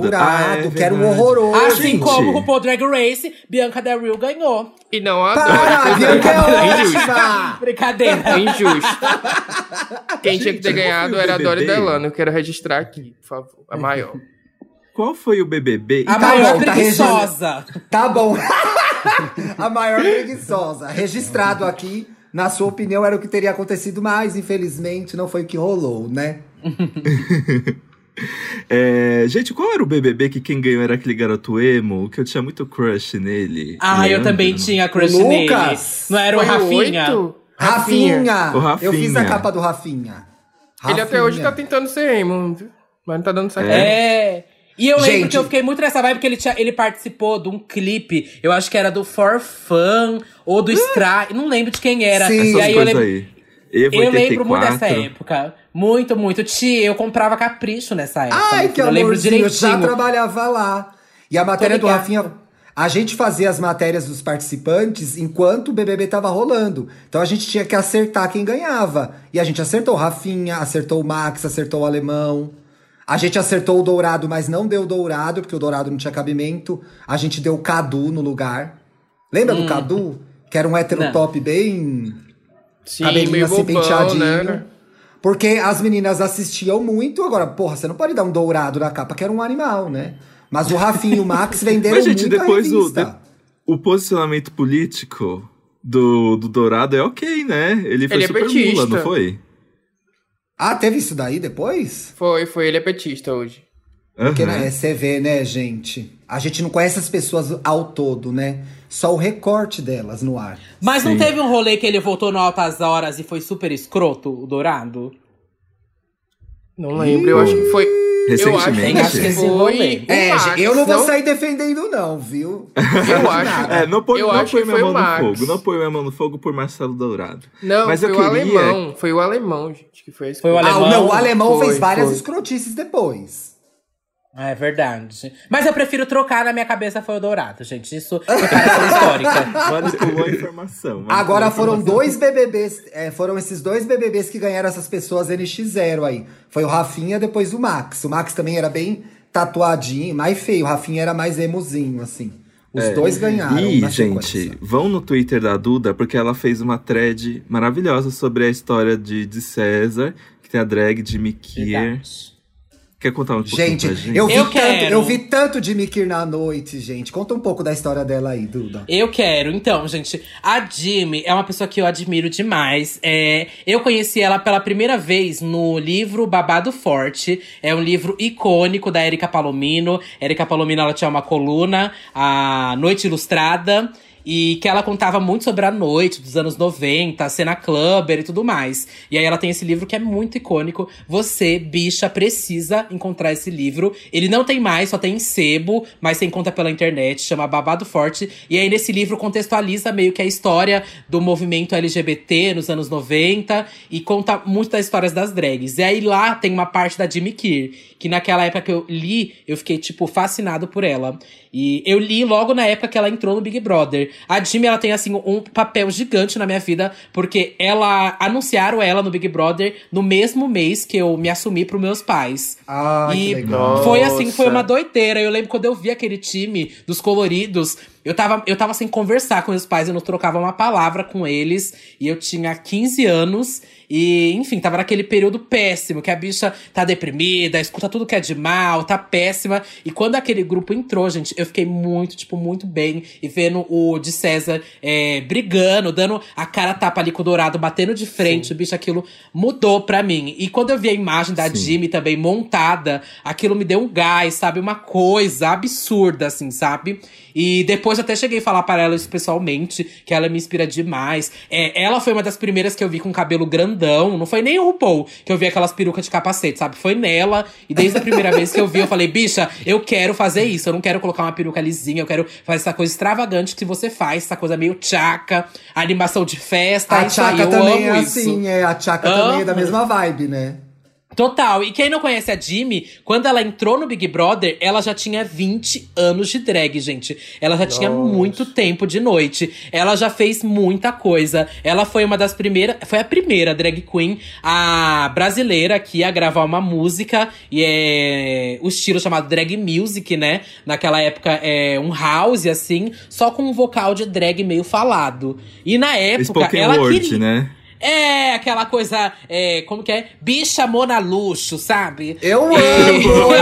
Dourado, é que era um verdade. horroroso. assim gente. como o RuPaul Drag Race, Bianca Del Rio ganhou. E não a Para, Dora. a Bianca é injusto. ótima! Tá Brincadeira. É injusto. Quem tinha Gente, que ter ganhado qual foi o era a Dora e BBB? Delano. Eu quero registrar aqui, por favor. A maior. Qual foi o BBB? A Tá maior bom, tá preguiçosa. Tá bom. a maior preguiçosa. Registrado aqui, na sua opinião, era o que teria acontecido, mas infelizmente não foi o que rolou, né? É, gente, qual era o BBB que quem ganhou era aquele garoto emo? Que eu tinha muito crush nele. ah, eu Lembra? também tinha crush Lucas. nele. Não era o Foi Rafinha? oito? Rafinha! O Rafinha. Eu fiz a capa do Rafinha. Ele até hoje tá Rafinha. tentando ser emo, viu? mas não tá dando certo. É. E eu lembro Gente. que eu fiquei muito nessa vibe, porque ele, tinha- ele participou de um clipe, eu acho que era do For Fun ou do Stra, não lembro de quem era. Sim. Essas e aí eu coisas lembro, aí. Evo eu lembro muito 84. dessa época. Muito, muito. Tia, eu comprava capricho nessa época. Ai, minha que filha, Eu lembro amorzinho, eu já direitinho. trabalhava lá. E a matéria do ligada. Rafinha. A gente fazia as matérias dos participantes enquanto o BBB tava rolando. Então a gente tinha que acertar quem ganhava. E a gente acertou o Rafinha, acertou o Max, acertou o Alemão. A gente acertou o Dourado, mas não deu Dourado, porque o Dourado não tinha cabimento. A gente deu Cadu no lugar. Lembra do Cadu? Que era um hétero Hum. Não. top bem. Sim, cabelinho meio assim, bobão, penteadinho. né? Porque as meninas assistiam muito. Agora, porra, você não pode dar um dourado na capa, que era um animal, né? Mas o Rafinha e o Max venderam Mas, gente, muito depois a o, revista. de- o posicionamento político do, do Dourado é ok, né? Ele foi Ele é super petista. mula, não foi? Ah, teve isso daí depois? Foi, foi, ele é petista hoje. Porque Uhum. Aham. né, você vê, né, gente? A gente não conhece as pessoas ao todo, né? Só o recorte delas no ar. Mas não Sim. teve um rolê que ele voltou no Altas Horas e foi super escroto, o Dourado? Não lembro, eu acho que é foi. Recentemente. Eu acho que Esse foi. rolê. o é, Max, gente, eu não vou sair defendendo, não, viu? Eu acho. É, não põe, Eu não acho põe que minha foi mão o Max. no fogo. Não põe minha mão no fogo por Marcelo Dourado. Não, Mas eu foi o queria- alemão. Foi o alemão, gente, que foi a Foi o escolha. alemão. ah, não, o alemão Foi, fez várias foi. escrotices depois. É verdade. Mas eu prefiro trocar, na minha cabeça foi o Dourado, gente. Isso é cara histórica. Manipulou a informação. manipulou Agora a foram informação. dois BBBs, é, foram esses dois BBBs que ganharam essas pessoas NX0 aí. Foi o Rafinha, depois o Max. O Max também era bem tatuadinho, mais feio. O Rafinha era mais emozinho, assim. Os dois ganharam. E, na É. gente, um sequência. vão no Twitter da Duda, porque ela fez uma thread maravilhosa sobre a história de, de César, que tem a drag de Mikier. Verdade. Quer contar um pouquinho Gente, pra gente? eu vi, Eu tanto, quero. eu vi tanto de Mikir na noite, gente. Conta um pouco da história dela aí, Duda. Eu quero. Então, gente, a Jimmy é uma pessoa que eu admiro demais. É, eu conheci ela pela primeira vez no livro Babado Forte. É um livro icônico da Erika Palomino. Erika Palomino, ela tinha uma coluna, a Noite Ilustrada. E que ela contava muito sobre a noite dos anos 90, a cena clubber e tudo mais. E aí ela tem esse livro que é muito icônico. Você, bicha, precisa encontrar esse livro. Ele não tem mais, só tem em sebo, mas você encontra pela internet, chama Babado Forte. E aí nesse livro contextualiza meio que a história do movimento LGBT nos anos 90 e conta muito das histórias das drags. E aí lá tem uma parte da Jimmy Kier, que naquela época que eu li, eu fiquei, tipo, fascinado por ela. E eu li logo na época que ela entrou no Big Brother. A Jimmy, ela tem, assim, um papel gigante na minha vida, porque ela anunciaram ela no Big Brother no mesmo mês que eu me assumi pros meus pais. Ai, que E legal. Foi assim, foi Nossa. uma doideira. Eu lembro quando eu vi aquele time dos coloridos, eu tava, eu tava sem conversar com meus pais, eu não trocava uma palavra com eles. E eu tinha 15 anos. E, enfim, tava naquele período péssimo, que a bicha tá deprimida, escuta tudo que é de mal, tá péssima. E quando aquele grupo entrou, gente, eu fiquei muito, tipo, muito bem. E vendo o de César é, brigando, dando a cara tapa ali com o Dourado, batendo de frente, o bicho, aquilo mudou pra mim. E quando eu vi a imagem da Sim. Jimmy também montada, aquilo me deu um gás, sabe? Uma coisa absurda, assim, sabe? E depois eu até cheguei a falar para ela isso pessoalmente, que ela me inspira demais. É, ela foi uma das primeiras que eu vi com cabelo grandão, não foi nem o RuPaul que eu vi aquelas perucas de capacete, sabe? Foi nela. E desde a primeira vez que eu vi, eu falei, bicha, eu quero fazer isso. Eu não quero colocar uma peruca lisinha, eu quero fazer essa coisa extravagante que você faz, essa coisa meio tchaca, animação de festa. A isso aí, Tchaka assim, eu também é amo isso. assim, é. A Tchaka também é da Amo. mesma vibe, né? Total. E quem não conhece a Jimmy, quando ela entrou no Big Brother, ela já tinha 20 anos de drag, gente. Ela já tinha muito tempo de noite. Ela já fez muita coisa. Ela foi uma das primeiras. Foi a primeira drag queen a brasileira aqui a gravar uma música. E é o estilo chamado drag music, né? Naquela época é um house, assim, só com um vocal de drag meio falado. E na época, Spoken ela Word, queria. né? É, aquela coisa, é, como que é? Bicha mona luxo, sabe? Eu amo! Eu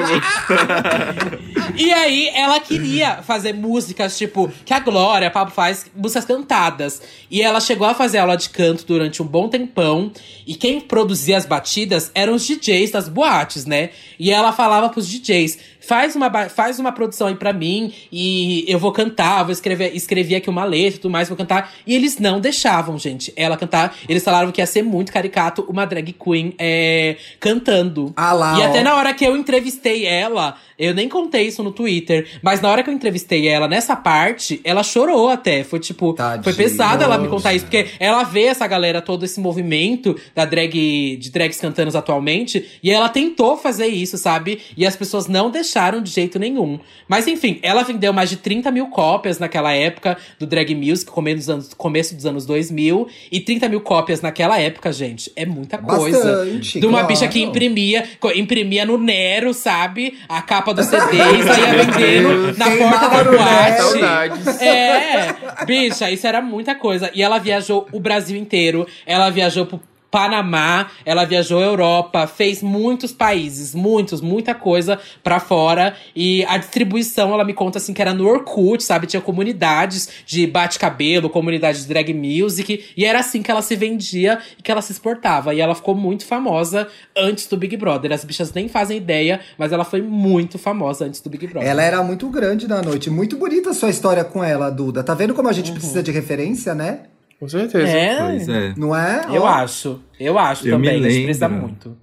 amo. E aí, ela queria fazer músicas, tipo, que a Glória, a Pablo faz, músicas cantadas. E ela chegou a fazer aula de canto durante um bom tempão. E quem produzia as batidas eram os DJs das boates, né? E ela falava pros DJs, faz uma, ba- faz uma produção aí pra mim, e eu vou cantar, vou escrever, escrevi aqui uma letra e tudo mais, vou cantar. E eles não deixavam, gente, ela cantar. Eles falaram que ia ser muito caricato uma drag queen é, cantando. Ah lá, E ó. até na hora que eu entrevistei ela, Eu nem contei isso no Twitter, mas na hora que eu entrevistei ela nessa parte, ela chorou até. Foi tipo, Tadinha. foi pesado ela me contar isso, porque ela vê essa galera, todo esse movimento da drag, de drags cantanos atualmente, e ela tentou fazer isso, sabe? E as pessoas não deixaram de jeito nenhum. Mas enfim, ela vendeu mais de 30 mil cópias naquela época do Drag Music, começo dos anos, começo dos anos 2000. E 30 mil cópias naquela época, gente, é muita coisa. Bastante, De uma claro. bicha que imprimia, co- imprimia no Nero, sabe? A capa do CD e saía vendendo na Queimava porta da no boate. Nero. Ah, tá? Saudades. É, bicha, isso era muita coisa. E ela viajou o Brasil inteiro, ela viajou pro Panamá, ela viajou a Europa, fez muitos países, muitos, muita coisa pra fora. E a distribuição, ela me conta assim que era no Orkut, sabe? Tinha comunidades de bate-cabelo, comunidade de drag music, e era assim que ela se vendia e que ela se exportava. E ela ficou muito famosa antes do Big Brother. As bichas nem fazem ideia, mas ela foi muito famosa antes do Big Brother. Ela é era muito grande na noite. Muito bonita a sua história com ela, Duda. Tá vendo como a Uhum. gente precisa de referência, né? Com certeza. Pois é. Não é? Eu Ó, acho, eu acho Eu me também. A gente precisa lembro. muito.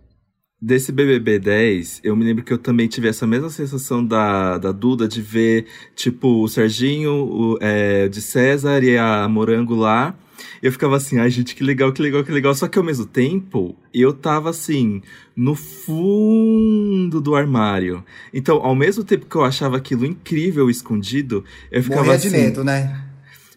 Desse BBB 10, eu me lembro que eu também tive essa mesma sensação da, da Duda de ver, tipo, o Serginho, o é, de César e a Morango lá. Eu ficava assim, ai gente, que legal, que legal, que legal. Só que ao mesmo tempo, eu tava assim, no fundo do armário. Então, ao mesmo tempo que eu achava aquilo incrível escondido, eu ficava Morria assim. de medo, né?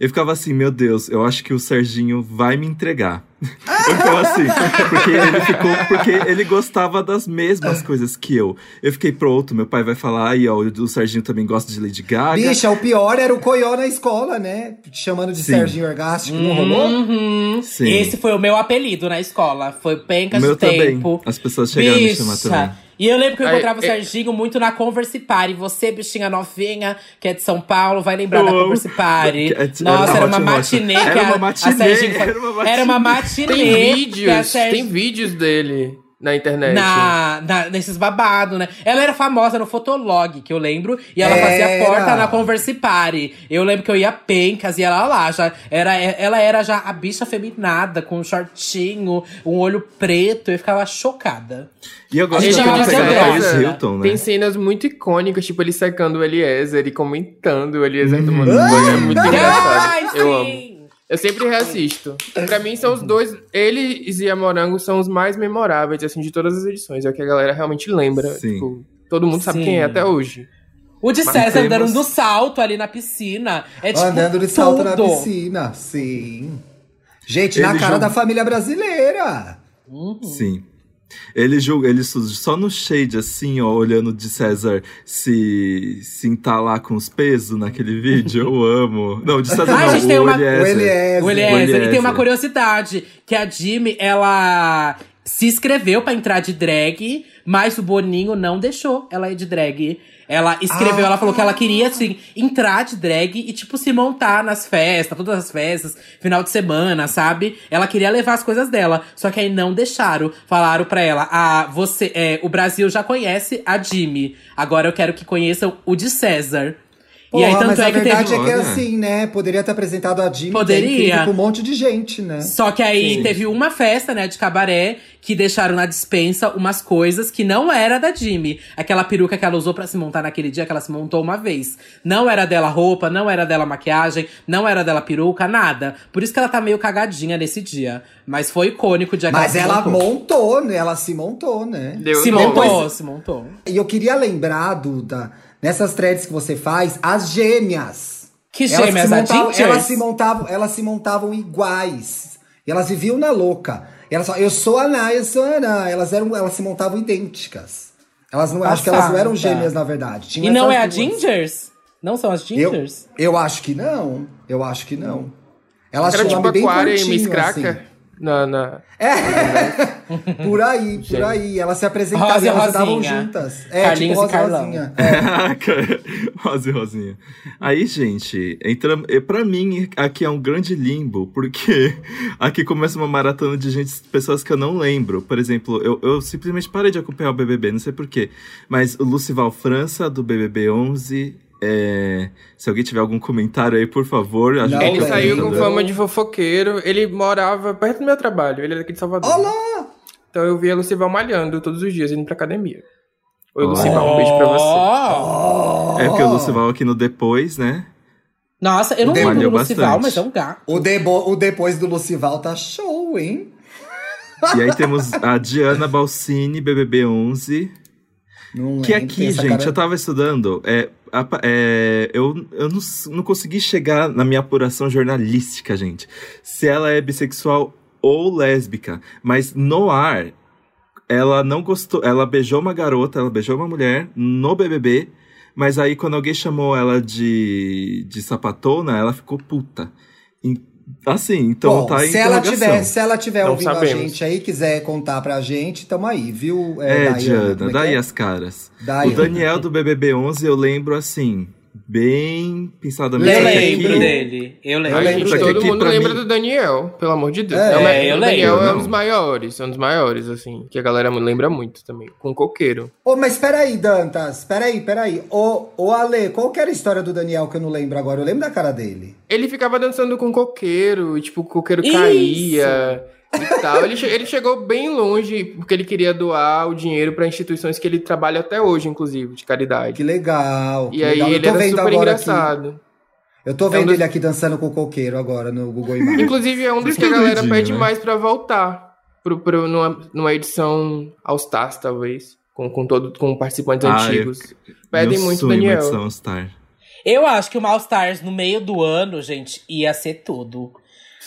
Eu ficava assim, meu Deus, eu acho que o Serginho vai me entregar. Eu ficava assim, porque ele ficou, porque ele gostava das mesmas coisas que eu. Eu fiquei pronto, meu pai vai falar, aí ó, o Serginho também gosta de Lady Gaga. Bicha, o pior era o Coió na escola, né? Te Chamando de Sim. Serginho Ergástico, Hum, não rolou? Uhum. Sim. Esse foi o meu apelido na escola. Foi pencas o meu de tempo. também. As pessoas chegaram a me chamar também. E eu lembro que eu Aí, encontrava o é- Serginho muito na Converse Party. Você, bichinha novinha, que é de São Paulo, vai lembrar Eu da amo. Converse Party. É, t- Nossa, era era uma ótimo, matinê ótimo. que Era a- uma a matinê, Serginho- era uma Era uma matinê. Tem que a vídeos, Serginho- tem vídeos dele na internet. na, na- nesses babados, né? Ela era famosa no Fotolog, que eu lembro. E ela fazia Era. porta na Converse Party. Eu lembro que eu ia pencas e ela lá. Já era, ela era já a bicha feminada, com um shortinho, um olho preto. Eu ficava chocada. E eu Tipo, gosto gente que ele chamava pegou Sandra. Paris Hilton, né? tá Tem cenas muito icônicas, tipo ele secando o Eliezer e comentando o Eliezer tomando Ah! banho. É muito Ai, engraçado. Eu amo. sim! Eu sempre reassisto. Pra mim, são os dois. Eles e a Morango são os mais memoráveis, assim, de todas as edições. É o que a galera realmente lembra. Sim. Tipo, todo mundo sabe Sim. quem é até hoje. O de Mas César temos- andando do salto ali na piscina. É tipo Andando de salto na tudo. piscina, sim. Gente, na Ele cara jogou- da família brasileira. Uhum. Sim. Ele julga, ele su- só no shade, assim, ó, olhando de César se, se entalar com os pesos naquele vídeo. Eu amo. Não, de César Ai, não, Ah, gente, o tem uma- Eliezer. O Eliezer. O Eliezer. E tem uma Eliezer. curiosidade, que a Jimmy, ela se inscreveu pra entrar de drag, mas o Boninho não deixou ela ir de drag. Ela escreveu, Ah. ela falou que ela queria, assim, entrar de drag e, tipo, se montar nas festas, todas as festas, final de semana, sabe? Ela queria levar as coisas dela, só que aí não deixaram. Falaram pra ela, ah, você, é, o Brasil já conhece a Jimmy, agora eu quero que conheçam o de César. Porra, e aí, tanto mas é a que teve verdade é que é Olha. assim, né? Poderia ter apresentado a Jimmy Poderia. que é incrível, pra um monte de gente, né? Só que aí Sim. teve uma festa, né, de cabaré, que deixaram na dispensa umas coisas que não era da Jimmy. Aquela peruca que ela usou pra se montar naquele dia, que ela se montou uma vez. Não era dela roupa, não era dela maquiagem, não era dela peruca, nada. Por isso que ela tá meio cagadinha nesse dia. Mas foi icônico o dia que Mas se ela montou. montou, né? Ela se montou, né? Deu Se nome. montou, se montou. E eu queria lembrar, Duda, nessas threads que você faz, as gêmeas. Que elas gêmeas, se a montavam, elas se Gingers? montavam, elas se montavam iguais. E elas viviam na louca. E elas falavam, eu sou a Ana, eu sou a Ana. Elas, eram, elas se montavam idênticas. Elas não, acho que elas não eram Passada. gêmeas, na verdade. Tinha E não essas é a duas. Gingers? Não são as Eu, Gingers? eu acho que não. Eu acho que não. Elas Era tinham tipo nome bem Aquária e curtinho, Miss Craca. assim. Na, na- É. por aí, por aí. Elas se apresentavam, Rosa e elas andavam Rosinha. juntas. É, Carlinhos tipo e Rosa Carlão. Rosinha. Caraca, Rosa e É. Rosinha. Aí, gente, entra, e pra mim aqui é um grande limbo, porque aqui começa uma maratona de gente, pessoas que eu não lembro. Por exemplo, eu, eu simplesmente parei de acompanhar o BBB, não sei porquê. Mas o Lucival França, do BBB 11. é, se alguém tiver algum comentário aí, por favor, ajuda Não, a Ele velho. saiu com entender. fama de fofoqueiro. Ele morava perto do meu trabalho. Ele era aqui de Salvador. Olá! Então eu via Lucival malhando todos os dias, indo pra academia. Oi, Lucival, um beijo pra você. Ó! Oh! É porque o Lucival aqui no depois, né? Nossa, eu não Demorou lembro do Lucival, bastante. mas é um gato. O, debo- o depois do Lucival tá show, hein? E aí temos a Diana Balsini, BBB 11. Não Que lembro, tem aqui, essa gente, cara- eu tava estudando. É, apa- é, eu eu não, s- não consegui chegar na minha apuração jornalística, gente. Se ela é bissexual ou lésbica. Mas no ar, ela não gostou. Ela beijou uma garota, ela beijou uma mulher no BBB. Mas aí, quando alguém chamou ela de, de sapatona, ela ficou puta. E, assim, então Bom, tá em se ela interrogação. tiver, se ela tiver Não ouvindo a sabemos. gente aí, quiser contar pra gente, tamo aí, viu? É, Daiane, como Diana, é que daí é? as caras. Daiane. O Daniel do BBB 11, eu lembro assim, bem pensadamente. Eu Eu Lembra lembro aqui, dele. Eu lembro. Ai, lembro gente, dele. todo Aqui mundo pra lembra mim- do Daniel, pelo amor de Deus. É, Não, mas eu o lembro. Daniel é um Não. dos maiores, é um dos maiores, assim, que a galera lembra muito também. Com o coqueiro. Ô, mas peraí, Dantas, peraí, peraí. Ô, ô, Ale, qual que era a história do Daniel que eu não lembro agora? Eu lembro da cara dele. Ele ficava dançando com o coqueiro, e, tipo, o coqueiro Isso. caía e tal. Ele, che- ele chegou bem longe, porque ele queria doar o dinheiro pra instituições que ele trabalha até hoje, inclusive, de caridade. Que legal. que E aí legal. ele era super aqui. engraçado. Eu tô vendo um dos- ele aqui dançando com o coqueiro agora no Google Imagens. Inclusive, é um dos que a Fica galera doidinho, pede né? mais pra voltar. Pro, pro, numa, numa edição aos Stars, talvez. Com, com, todo, com participantes Ah, antigos. Meu Pedem muito sonho, é uma Daniel. edição Star. Eu acho que o All Stars no meio do ano, gente, ia ser tudo.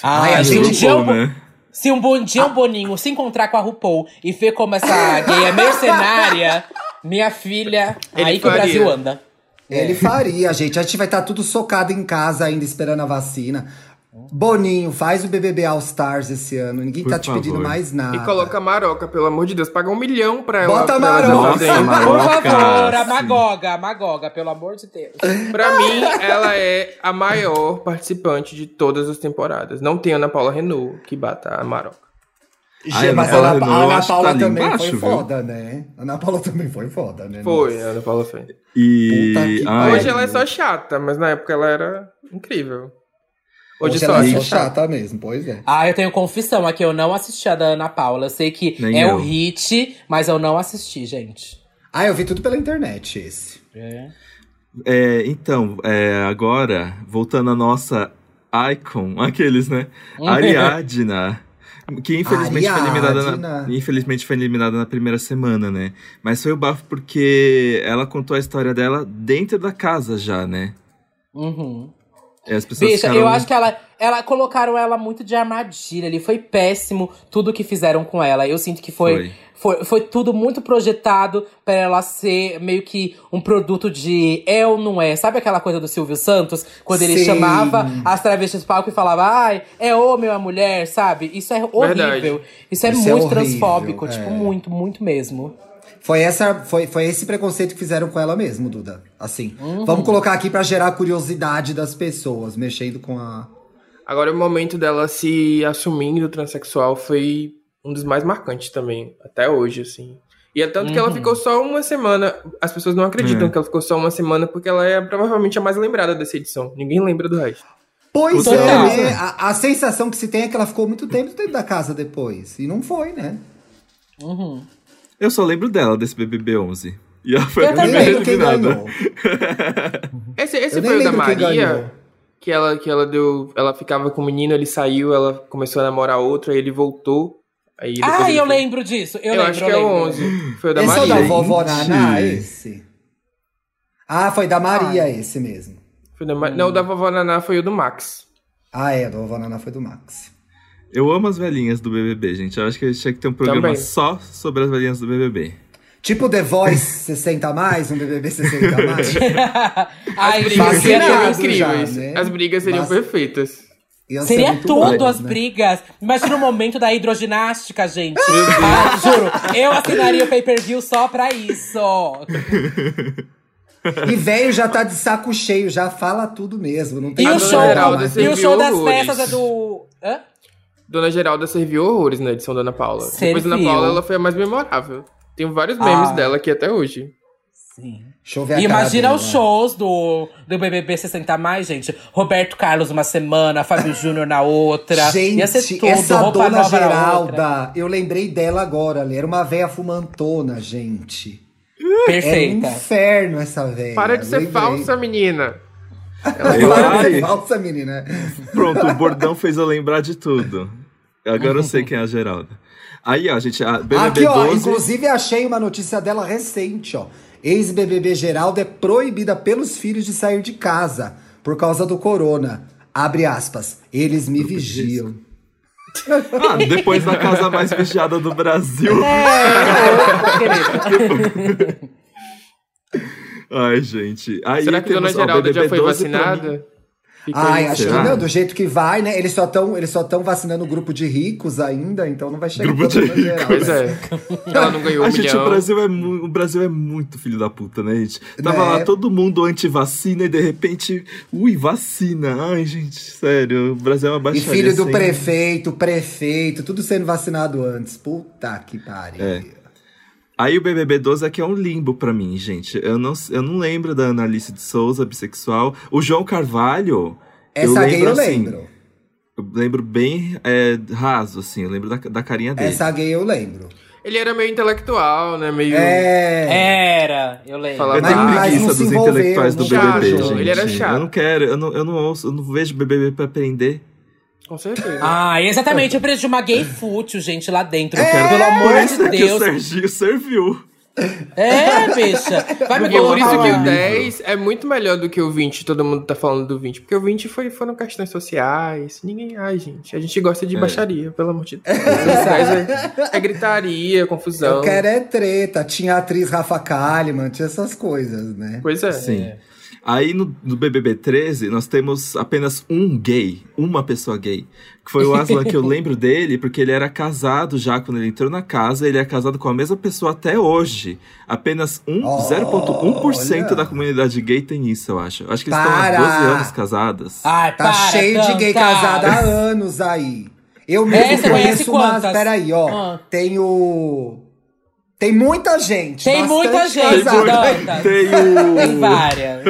Ai, Ai, a se, um gente- dia, bom, um- né? se um bom dia um Boninho se encontrar com a RuPaul e ver como essa gay é mercenária, minha filha, Ele aí que faria. o Brasil anda. É. Ele faria, gente. A gente vai estar tudo socado em casa ainda, esperando a vacina. Boninho, faz o BBB All Stars esse ano. Ninguém Por tá te pedindo favor. mais nada. E coloca a Maroca, pelo amor de Deus. Paga um milhão pra ela. Bota a pra ela Maroca. fazer. Nossa, Maroca. Por favor, a sim. Magoga, a Magoga, pelo amor de Deus. Pra mim, ela é a maior participante de todas as temporadas. Não tem Ana Paula Renault que bata a Maroca. Ai, Ana mas a Paula Ana, a Renault, Ana acho que tá Paula ali também embaixo, foi viu? foda, né? A Ana Paula também foi foda, né? Foi, Nossa. a Ana Paula fez. Puta E. que Ai, pariu. Hoje ela é só chata, mas na época ela era incrível. Hoje, Hoje só ela é acha só chata. chata mesmo, pois é. Ah, eu tenho confissão aqui, eu não assisti a da Ana Paula. Eu sei que Nem é eu. o hit, mas eu não assisti, gente. Ah, eu vi tudo pela internet esse. É. é, então, é, agora, voltando à nossa Icon, aqueles, né? Uhum. Ariadna. Que infelizmente foi eliminada na, Ariadna. infelizmente foi eliminada na primeira semana, né? Mas foi o bafo porque ela contou a história dela dentro da casa já, né? Uhum. E as pessoas Bicha, ficaram- eu acho que ela, ela colocaram ela muito de armadilha ali. Foi péssimo tudo que fizeram com ela. Eu sinto que foi, foi. Foi, tudo muito projetado pra ela ser meio que um produto de é ou não é. Sabe aquela coisa do Silvio Santos? Quando ele Sim. chamava as travestis do palco e falava, ai, é homem ou é mulher, sabe? Isso é horrível. Verdade. Isso é Isso é muito horrível, transfóbico. é. Tipo, muito, muito mesmo. Foi, essa, foi, foi esse preconceito que fizeram com ela mesmo, Duda. Assim, Uhum. vamos colocar aqui pra gerar a curiosidade das pessoas, mexendo com a. Agora, o momento dela se assumindo transexual foi um dos mais marcantes também, até hoje, assim. E é tanto que ela Uhum. ficou só uma semana. As pessoas não acreditam É. que ela ficou só uma semana, porque ela é provavelmente a mais lembrada dessa edição. Ninguém lembra do resto. Pois Total. é, né? A, a sensação que se tem é que ela ficou muito tempo dentro da casa depois. E não foi, né? Uhum. Eu só lembro dela, desse BBB 11. E ela foi Eu a Nem também. primeira lembro quem eliminada. ganhou. Esse, Tá esse Eu nem foi o lembro da quem Maria, ganhou. que ela, que ela deu. Ela ficava com o menino, ele saiu, ela começou a namorar outro, aí ele voltou. Aí depois Ah, ele eu foi- lembro disso. Eu, Eu, lembro, acho que eu é o lembro. 11. Foi o da Esse é o Maria. da Gente. vovó Naná, esse? Ah, foi da Maria esse mesmo. Foi o da Ma- Não, o da vovó Naná foi o do Max. Ah, é, a da vovó Naná foi do Max. Eu amo as velhinhas do BBB, gente. Eu acho que tinha que ter um programa Também. só sobre as velhinhas do BBB. Tipo The Voice 60 a mais, um BBB 60 a mais. Ai, Vacinado As brigas seriam já, incríveis. né? As brigas seriam Vac- perfeitas. Ia ser Então, Seria muito tudo bom, as né? brigas. Imagina o momento da hidroginástica, gente. Ah, juro, eu assinaria o pay-per-view só pra isso. E velho já tá de saco cheio, já fala tudo mesmo. Não tem E A o nada dona show, Geralda mais. e serviu o show das horrores. festas é do. Hã? Dona Geralda serviu horrores na edição da Ana Paula. Depois da Ana Serviu. Paula, ela foi a mais memorável. Tem vários memes Ah. dela aqui até hoje. Sim. Deixa eu ver a E cara né? imagina dela. os shows do, do BBB 60 mais, gente. Roberto Carlos uma semana, Fábio Júnior na outra. Gente, Ia ser tudo, essa roupa dona nova na outra. Geralda, eu lembrei dela agora, ali. Era uma véia fumantona, gente. Perfeita. É um inferno essa velha. Para de ser lembrei. falsa, menina. Eu Para de ai. ser falsa, menina. Pronto, o bordão fez eu lembrar de tudo. Agora eu sei quem é a Geralda. Aí, ó, gente, a BBB Aqui, ó, 12... inclusive achei uma notícia dela recente, ó. Ex-BBB Geralda é proibida pelos filhos de sair de casa por causa do corona. Abre aspas. Eles me vigiam. Ah, depois da casa mais vigiada do Brasil. É, Ai, gente. Aí Será que a temos, Dona ó, Geralda já BBB foi 12 pra mim. vacinada? Fica Ai, aí. acho que é será? não, do jeito que vai, né? Eles só estão eles só tão vacinando o grupo de ricos ainda, então não vai chegar Grupo em de Minas Gerais. Pois é. Ela não ganhou um A gente, o milhão. Brasil, é mu- o Brasil é muito filho da puta, né, gente? Tava Né? lá todo mundo anti-vacina e de repente, ui, vacina. Ai, gente, sério, o Brasil é uma E baixaria. filho do sem- prefeito, prefeito, tudo sendo vacinado antes. Puta que pariu. É. Aí o BBB 12 aqui é um limbo pra mim, gente. Eu não, eu não lembro da Ana Alice de Souza, bissexual. O João Carvalho. eu Essa lembro, gay eu assim, lembro. Eu lembro bem é, raso, assim. Eu lembro da, da carinha dele. Essa gay eu lembro. Ele era meio intelectual, né? Meio É. Era, eu lembro. Fala- Eu tenho Mas- mas preguiça não dos tá se envolveu, intelectuais do não BBB, chato, gente. ele era chato. Eu não quero, eu não, eu não ouço, eu não vejo BBB pra aprender. Com certeza. Ah, exatamente. Eu preciso de uma gay fútil, gente, lá dentro. quero- Pelo Por amor isso de é que o Deus. Serginho serviu. É, bicha. Vai me Porque por isso que o colocar. 10 é muito melhor do que o 20, todo mundo tá falando do 20. Porque o 20 foi, foram questões sociais, ninguém... Ai, gente, a gente gosta de baixaria, pelo amor de Deus. O 10 é, é gritaria, então. confusão. Eu quero é treta. Tinha a atriz Rafa Kalimann, tinha essas coisas, né? Pois é. Sim. Aí no, no BBB 13, nós temos apenas um gay, uma pessoa gay. Que foi o Aslan que eu lembro dele, porque ele era casado já quando ele entrou na casa, ele é casado com a mesma pessoa até hoje. Apenas um, Oh, Olha! 0,1% da comunidade gay tem isso, eu acho. Eu Acho que eles Para! estão há 12 anos casadas. Ai, Tá para, cheio de gay Tantas. casado há anos aí. Eu mesmo É, você conhece conheço umas. quantas? Peraí, ó. Ah. Tenho. Tem muita gente. Tem bastante muita gente, casado. então. Tem Tem o. várias.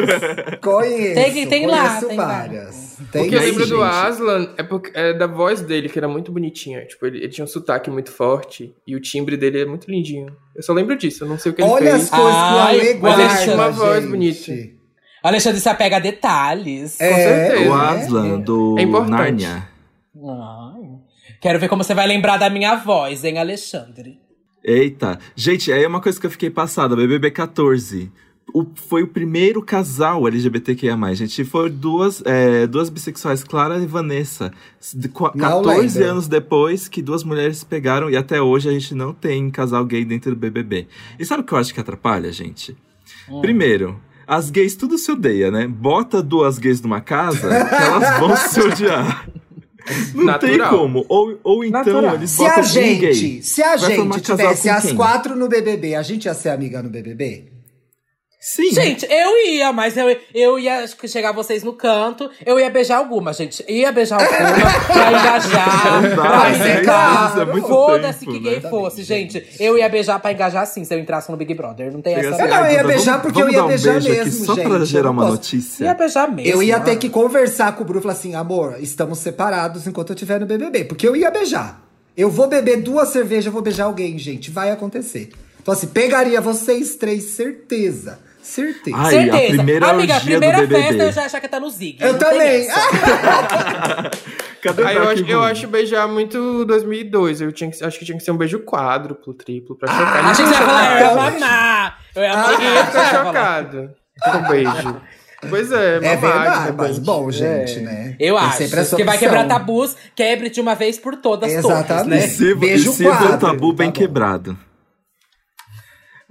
Conheço. Tem- tem lá, conheço tem lá. várias. O Tem que eu Aí, lembro do gente. Aslan é, porque, é da voz dele, que era muito bonitinha. Tipo, ele, ele tinha um sotaque muito forte e o timbre dele é muito lindinho. Eu só lembro disso, eu não sei o que ele Olha fez. as coisas Ai, que o Ale mas guarda, ele tinha uma voz gente. bonita. Alexandre se apega a detalhes. É, certeza. O né? Aslan do É importante. Narnia. Ai. Quero ver como você vai lembrar da minha voz, hein, Alexandre? Eita. Gente, aí é uma coisa que eu fiquei passada. BBB 14. O- foi o primeiro casal LGBTQIA+. Gente, foram duas, é, duas bissexuais, Clara e Vanessa. S- de qua- Não 14 lembro. anos depois que duas mulheres se pegaram. E até hoje a gente não tem casal gay dentro do BBB. E sabe o que eu acho que atrapalha, gente? Primeiro... As gays tudo se odeia, né? Bota duas gays numa casa, que elas vão se odiar. Não tem Natural. como. Ou, ou então Natural. eles Se botam a um gay. gente, se a Vai formar gente casal tivesse com as quem? quatro no BBB, a gente ia ser amiga no BBB? Sim. Gente, eu ia, mas eu, eu ia chegar vocês no canto, eu ia beijar alguma, gente. Ia beijar alguma pra engajar, Não dá, pra isso é brincar. isso, é muito Foda-se tempo, que né? gay fosse, gente. Eu ia beijar pra engajar sim, se eu entrasse no Big Brother. Não tem Chega essa. assim, Eu não, ai, eu ia Duda, beijar vamos- porque vamos eu ia dar um beijar beijo aqui mesmo, Só gente, eu pra não gerar uma posso. notícia. Ia beijar mesmo. eu ia ter ah. que conversar com o Bruno e falar assim: amor, estamos separados enquanto eu estiver no BBB. Porque eu ia beijar. Eu vou beber duas cervejas, eu vou beijar alguém, gente. Vai acontecer. Então, assim, pegaria vocês três, certeza. Certeza. Ai, a Certeza. primeira Amiga, orgia a do primeira BBB. festa eu já ia achar que tá no Zig. eu não tem também. essa. Cadê o Aí eu Dark acho, eu Room? acho beijar muito 2002. Eu tinha que- acho que tinha que ser um beijo quádruplo, triplo, pra chocar. Achei que você ia falar, eu ia Ah, mamar. Eu ia Ninguém ia ficar mamar. chocado com um beijo. Pois é, é verdade, mamado, mas gente. bom, gente, né? né, É. Eu Tem acho. sempre essa Porque vai opção. quebrar tabus, quebre de uma vez por todas, todas, Exatamente. né? E se, Beijo e se for quadro, o tabu tá bem bom. quebrado.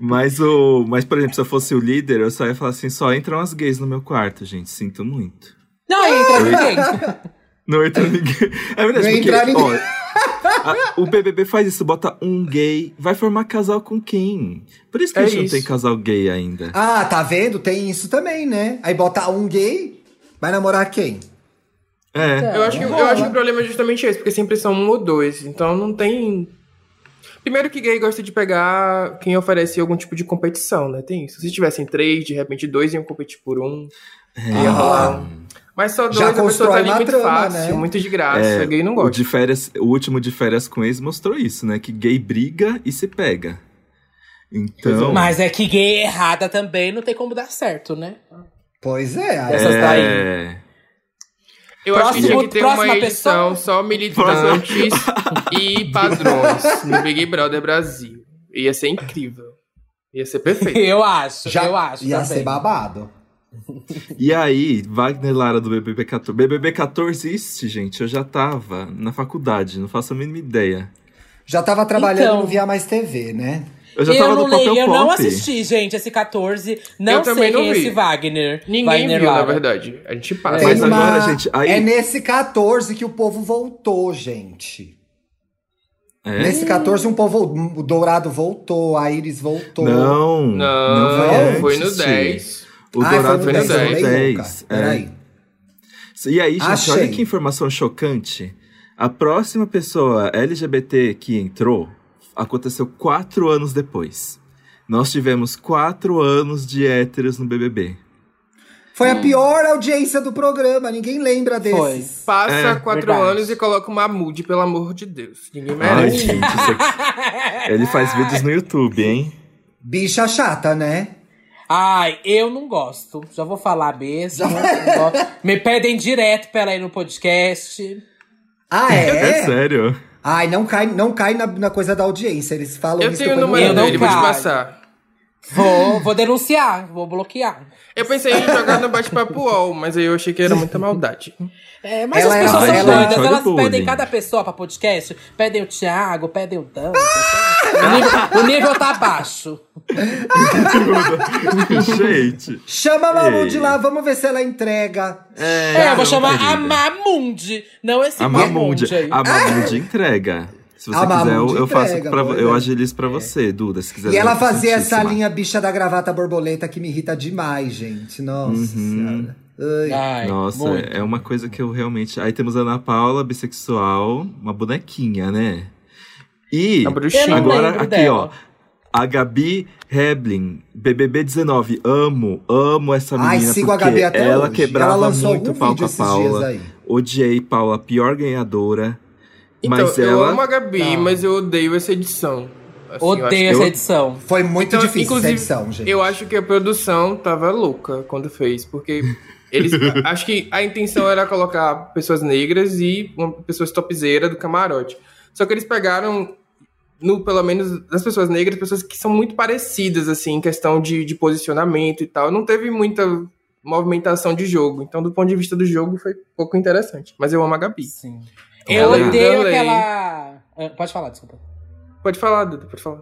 Mas, o, mas, por exemplo, se eu fosse o líder, eu só ia falar assim: só entram as gays no meu quarto, gente. Sinto muito. Não entra ninguém. Não entra ninguém. É Não verdade, porque, entra ninguém. ó, a- o BBB faz isso, bota um gay, vai formar casal com quem? Por isso que É a gente isso. não tem casal gay ainda. Ah, tá vendo? Tem isso também, né? Aí botar um gay, vai namorar quem? É. Eu acho, que, eu acho que o problema é justamente esse, porque sempre são um ou dois. Então não tem. Primeiro que gay gosta de pegar quem oferece algum tipo de competição, né? Tem isso. Se tivessem três, de repente dois iam competir por um. É. Ia Ah, rolar. um. Mas só dois, Já a pessoa constrói tá ali uma muito trama, fácil, né? muito de graça. É, gay não O, gosta. de férias, o último de férias com ex mostrou isso, né? Que gay briga e se pega. Então. Mas é que gay errada também não tem como dar certo, né? Pois é. aí- Essas daí. é... Eu acho que Próximo- tinha que ter uma próxima edição pessoa? só militantes e padrões no Big Brother Brasil. Ia ser incrível. Ia ser perfeito. Eu acho, eu acho. Ia também. ser babado. E aí, Wagner Lara do BBB 14. BBB 14 existe, gente. Eu já tava na faculdade, não faço a mínima ideia. Já tava trabalhando Então. e não via mais TV, né? Eu já Eu, tava não no papel leio, eu pop. não assisti, gente, esse 14. Não Eu sei também não quem é vi. esse Wagner. Ninguém Wagner viu, na Lara. verdade. A gente É. passa. Mas Tem Mas uma- agora, gente, aí- É nesse 14 que o povo voltou, gente. É? Nesse 14, um povo. O Dourado voltou, a Iris voltou. Não, não Não, foi, foi no antes. 10. O Ai, um Dourado foi no 10. foi no 10, é. Peraí. E aí, gente, Achei. olha que informação chocante. A próxima pessoa LGBT que entrou aconteceu quatro anos depois. Nós tivemos quatro anos de héteros no BBB. Foi Hum. a pior audiência do programa, ninguém lembra desses. Passa É, quatro verdade. anos e coloca o Mahmoud, pelo amor de Deus. Ninguém Ai, merece. gente, isso aqui- ele faz vídeos no YouTube, hein? Bicha chata, né? Ai, eu não gosto. Já vou falar mesmo. Não gosto. Me pedem direto pra ela ir no podcast. Ah, É é? sério. Ai, não cai, não cai na, na coisa da audiência. Eles falam eu isso Então, tenho o depois não número Eu não lembram. dele, vou te caio. passar. Vou, vou denunciar, vou bloquear. Eu pensei em jogar no bate-papo UOL, mas aí eu achei que era muita maldade. É, mas Ela as é pessoas ótima, são ela é doidas, ótima elas bullying. pedem cada pessoa pra podcast, pedem o Thiago, pedem o Dan. o, nível, o nível tá baixo. gente. Chama a Malu de Ei. lá, vamos ver se ela entrega. É, eu um vou chamar a Mamundi, não esse A Mamundi. Mamundi. aí. A Mamundi entrega. Se você é A quiser, eu, Mamundi eu faço entrega, pra, pois eu é. agilizo pra você, Duda, se quiser. E ela levar pra fazia essa Santíssima. linha bicha da gravata borboleta que me irrita demais, gente. Nossa Uhum. senhora. Ai. Ai, Nossa, muito. é uma coisa que eu realmente. Aí temos a Ana Paula, bissexual, uma bonequinha, né? E A É bruxinha. Eu não agora lembro aqui, dela. ó. A Gabi Heblin, BBB 19. Amo, amo essa menina. Ai, sigo a porque Gabi até Ela hoje. quebrava ela lançou muito algum pau com vídeo a esses dias é. Paula. aí. Odiei Paula, a pior ganhadora. Então, mas eu ela. amo a Gabi, Não. mas eu odeio essa edição. Assim, eu acho que- Odeio eu- essa edição. Foi muito Então, difícil essa inclusive, edição, gente. Eu acho que a produção tava louca quando fez, porque eles. acho que a intenção era colocar pessoas negras e uma- pessoas topzeiras do camarote. Só que eles pegaram, no, pelo menos das pessoas negras, pessoas que são muito parecidas, assim, em questão de, de posicionamento e tal. Não teve muita movimentação de jogo. Então, do ponto de vista do jogo, foi pouco interessante. Mas eu amo a Gabi. Sim. Eu Eu lembro. odeio Eu lembro. aquela. Ah, Pode falar, desculpa. Pode falar, Duda, pode falar.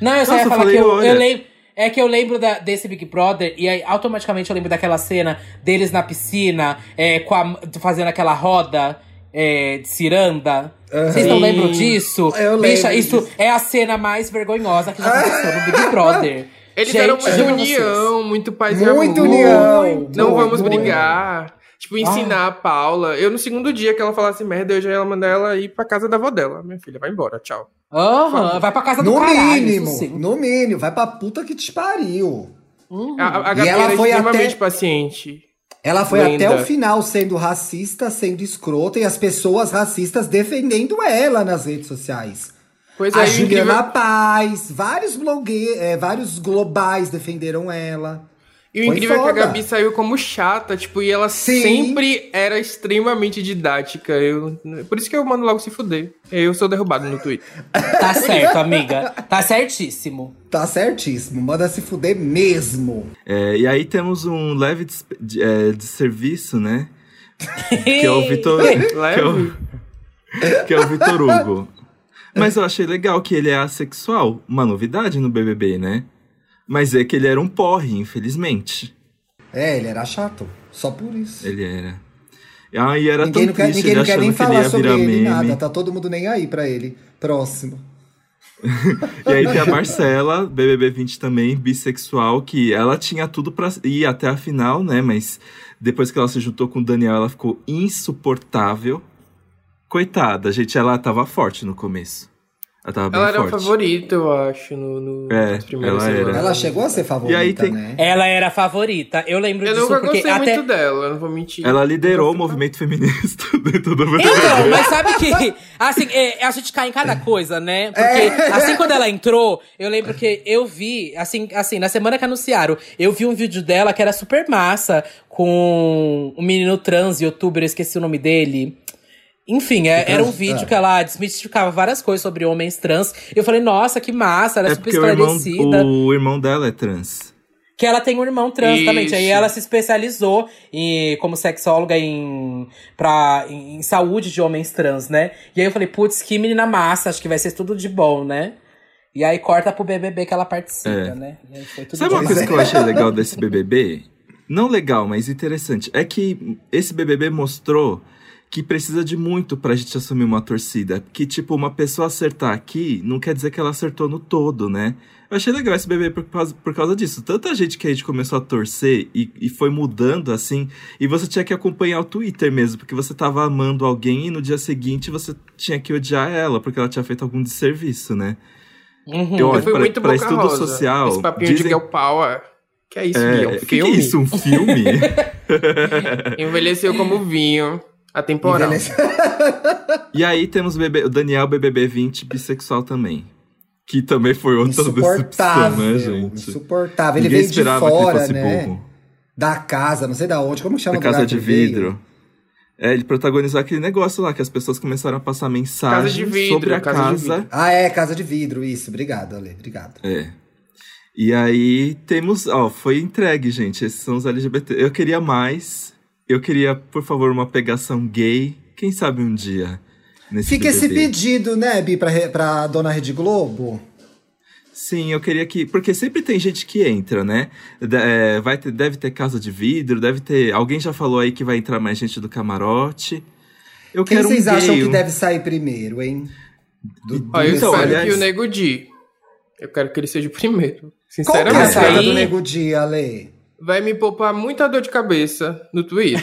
Não, eu só Nossa, ia eu falar falei, que eu, olha. eu lembro. É que eu lembro da- desse Big Brother e aí automaticamente eu lembro daquela cena deles na piscina, é, com a- fazendo aquela roda é, de ciranda. Vocês não Sim. lembram disso? Eu Bicha, lembro isso é a cena mais vergonhosa que já aconteceu no Big Brother. Eles Gente, eram juro muito pra união, muito paz e Muito amor. união. Não muito, vamos muito. brigar. Tipo, ensinar Ah. a Paula. Eu, no segundo dia que ela falasse merda, eu já ia mandar ela ir pra casa da avó dela. Minha filha, vai embora, tchau. Aham, vai pra casa do No caralho, mínimo, isso sim. no mínimo. Vai pra puta que te pariu. Uhum. A, a E Gabi ela era foi extremamente até- paciente. Ela foi Linda. até o final sendo racista, sendo escrota, e as pessoas racistas defendendo ela nas redes sociais. Pois a aí, o Juliana incrível... Paz, vários, blogue... eh, vários globais defenderam ela. E o foi incrível é que a foda. Gabi saiu como chata, tipo, e ela Sim. sempre era extremamente didática. Eu... Por isso que eu mando logo se fuder. Eu sou derrubado no Twitter. Tá certo, amiga. Tá certíssimo. Tá certíssimo, manda se fuder mesmo. É, e aí temos um leve des- de, é, desserviço, né? Que é o Vitor. que, é Leve. o, que é o Vitor Hugo. Mas eu achei legal que ele é assexual. Uma novidade no BBB, né? Mas é que ele era um porre, infelizmente. É, ele era chato. Só por isso. Ele era. Aí era ninguém tão não quer, triste ninguém ele não quer achando nem que ele ia falar sobre virar ele, meme. nada. Tá todo mundo nem aí pra ele. Próximo. E aí tem a Marcela, BBB 20 também, bissexual, que ela tinha tudo pra ir até a final, né? Mas depois que ela se juntou com o Daniel, ela ficou insuportável. Coitada, gente, ela tava forte no começo. Ela tava bem Ela era um forte. o favorito, eu acho, no, no, É, nas primeiras ela era. semanas. Ela chegou a ser favorita, E aí tem- É, né? Ela era a favorita. Eu lembro Eu disso nunca porque gostei até. muito dela, eu não vou mentir. Ela liderou tá o movimento feminista dentro do Então, mas sabe que, assim, é, a gente cai em cada coisa, né? Porque, É. assim, quando ela entrou, eu lembro que eu vi, assim, assim, na semana que anunciaram, eu vi um vídeo dela que era super massa, com um menino trans, youtuber, eu esqueci o nome dele. Enfim, é- Que era um trans- vídeo é. que ela desmistificava várias coisas sobre homens trans. Eu falei, nossa, que massa, ela é, é super porque o irmão, esclarecida. o irmão dela é trans. Que ela tem um irmão trans também. Isso. Aí ela se especializou em, como sexóloga em, pra, em, em saúde de homens trans, né? E aí eu falei, putz, que menina massa, acho que vai ser tudo de bom, né? E aí corta pro BBB que ela participa, É. né? E aí foi tudo Sabe de uma bom. Pois coisa é. que eu achei legal desse BBB? Não legal, mas interessante. É que esse BBB mostrou que precisa de muito pra gente assumir uma torcida. Que, tipo, uma pessoa acertar aqui não quer dizer que ela acertou no todo, né? Eu achei legal esse BBB por causa, por causa disso. Tanta gente que a gente começou a torcer e, e foi mudando, assim. E você tinha que acompanhar o Twitter mesmo, porque você tava amando alguém e no dia seguinte você tinha que odiar ela, porque ela tinha feito algum desserviço, né? Uhum. Eu Eu fui pra- muito pra boca estudo rosa. social, Esse papinho de é dizem- girl power. Que é isso, Gui? É um que que filme? é isso? Um filme? Envelheceu como vinho. Atemporal. Envelhece- E aí temos o, BB o Daniel BBB 20 bissexual também. Que também foi outra decepção, né, Insuportável. gente? insuportável. Ele Ninguém veio de esperava que ele fora, fosse né? Tá burro. Da casa, não sei da onde. Como chama Da o Casa lugar de que ele veio? Vidro. É, ele protagonizou aquele negócio lá, que as pessoas começaram a passar mensagens Casa de Vidro, sobre a Casa de casa. Vidro. Ah, é, casa de vidro, isso. Obrigado, Ale. Obrigado. É. E aí temos, ó, foi entregue, gente. Esses são os LGBT. Eu queria mais. Eu queria, por favor, uma pegação gay. Quem sabe um dia. Nesse Fica esse BBB. pedido, né, Bi, pra, re- pra dona Rede Globo? Sim, eu queria que. Porque sempre tem gente que entra, né? De- é, vai ter, deve ter casa de vidro, deve ter. Alguém já falou aí que vai entrar mais gente do camarote. Eu Quem quero um vocês acham gay, que um- deve sair primeiro, hein? Do, Ó, eu Então, espero aliás- que o Nego Di. Eu quero que ele seja o primeiro. Qual que é a Sinceramente, saída do aí Nego Dia, Ale? vai me poupar muita dor de cabeça no Twitter.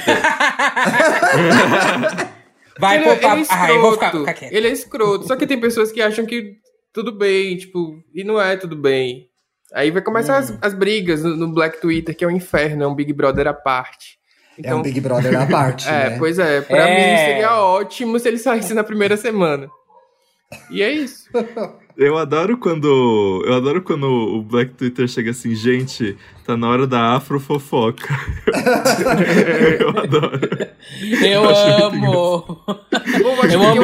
Vai ele, pro papo. ele é Ah, eu vou ficar, escroto. ficar quieto. ele é escroto. Só que tem pessoas que acham que tudo bem, tipo, e não é tudo bem. Aí vai Hum. começar as, as brigas no, no Black Twitter, que é um inferno, é um Big Brother à parte. Então, Então- é um Big Brother na parte, É, né? pois é. Pra É. mim seria ótimo se ele saísse na primeira semana. E é isso. Eu adoro quando. Eu adoro quando o Black Twitter chega assim, gente, tá na hora da afrofofoca. eu adoro. Eu acho muito amo. Bom, acho Eu que amo- tem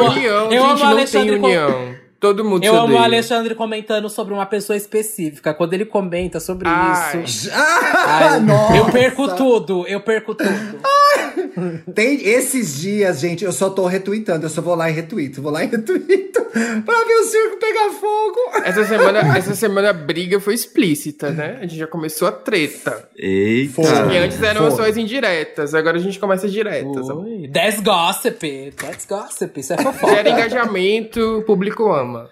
eu união. gente, amo o não Alexandre tem com- união. Todo mundo Eu se amo o odeia. Alexandre comentando sobre uma pessoa específica. Quando ele comenta sobre Ai. isso. Ah, Ai, nossa! Eu perco tudo, eu perco tudo. Tem esses dias, gente, eu só tô retweetando. Eu só vou lá e retuito, vou lá e retuito pra ver o circo pegar fogo. Essa semana, essa semana a briga foi explícita, né? A gente já começou a treta. Eita! Foi. E antes eram Foi. ações indiretas, agora a gente começa diretas. Oi. That's gossip. That's gossip. Isso é Gera fofoca. engajamento, o público ama.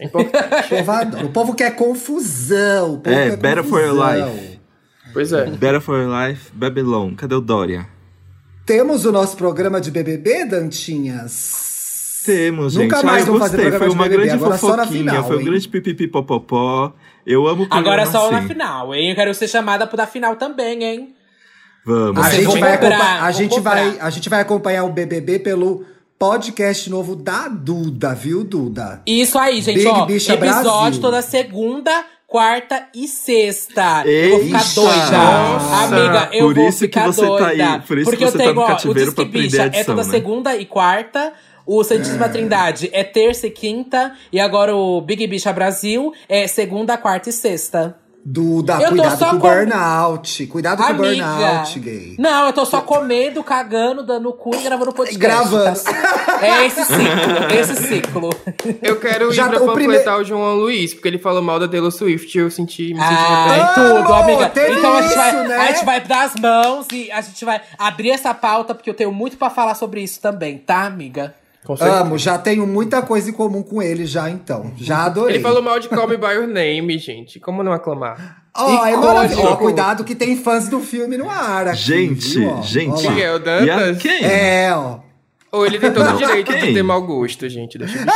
É importante. O povo, adora. O povo quer confusão. O povo É, quer Better for confusão. Your Life. Pois é. Better for Your Life, Babylon. Cadê o Dória? Temos o nosso programa de BBB, Dantinhas? Temos, gente. Nunca Ah, mais eu vão fazer gostei. Foi programa de uma BBB, grande agora só na fofoquinha, final, foi um hein? grande pipipipopopó. Eu amo o programa Agora é só na assim. final, hein? Eu quero ser chamada pro da final também, hein? Vamos. A Vocês gente, vão vai cobrar, acompa- a, vão gente cobrar. vai, a gente vai acompanhar o BBB pelo podcast novo da Duda, viu, Duda? Isso aí, gente, Big ó. Bicha episódio Brasil. toda segunda, quarta e sexta. Eu vou ficar Eita! doida. Nossa! Amiga, eu Por vou isso que ficar você tá doida. aí, por isso Porque que você eu tá tenho, no ó, o cativeiro Disque pra aprender Bicha a é edição, toda né? segunda e quarta. O Santíssima Trindade é terça e quinta. E agora o Big Bicha Brasil é segunda, quarta e sexta. Duda, Eu tô cuidado só com o com- burnout. Cuidado com o burnout, gay. Não, eu tô só comendo, cagando, dando cu e É, gravando podcast. Gravando. tá? É esse ciclo, esse ciclo. Eu quero ir Já pra tá- o panfletar primeiro- o João Luiz, porque ele falou mal da Taylor Swift, eu senti, me senti Ai, é arrependido. tudo, Amor, amiga. teve Então a gente, vai, isso, né? a gente vai dar as mãos e a gente vai abrir essa pauta, porque eu tenho muito pra falar sobre isso também, tá, amiga? Com certeza. Amo, já tenho muita coisa em comum com ele já, então. Já adorei. Ele falou mal de Call Me By Your Name, gente. Como não aclamar? Ó, é Icônico. maravilhoso. Ó, cuidado que tem fãs do filme no ar aqui, Gente, é assim, viu, ó? gente. Ó lá. Quem é o E a- Dantas? quem? É, ó. Ou ele tem todo Não, o direito quem? de ter mau gosto, gente. Deixa eu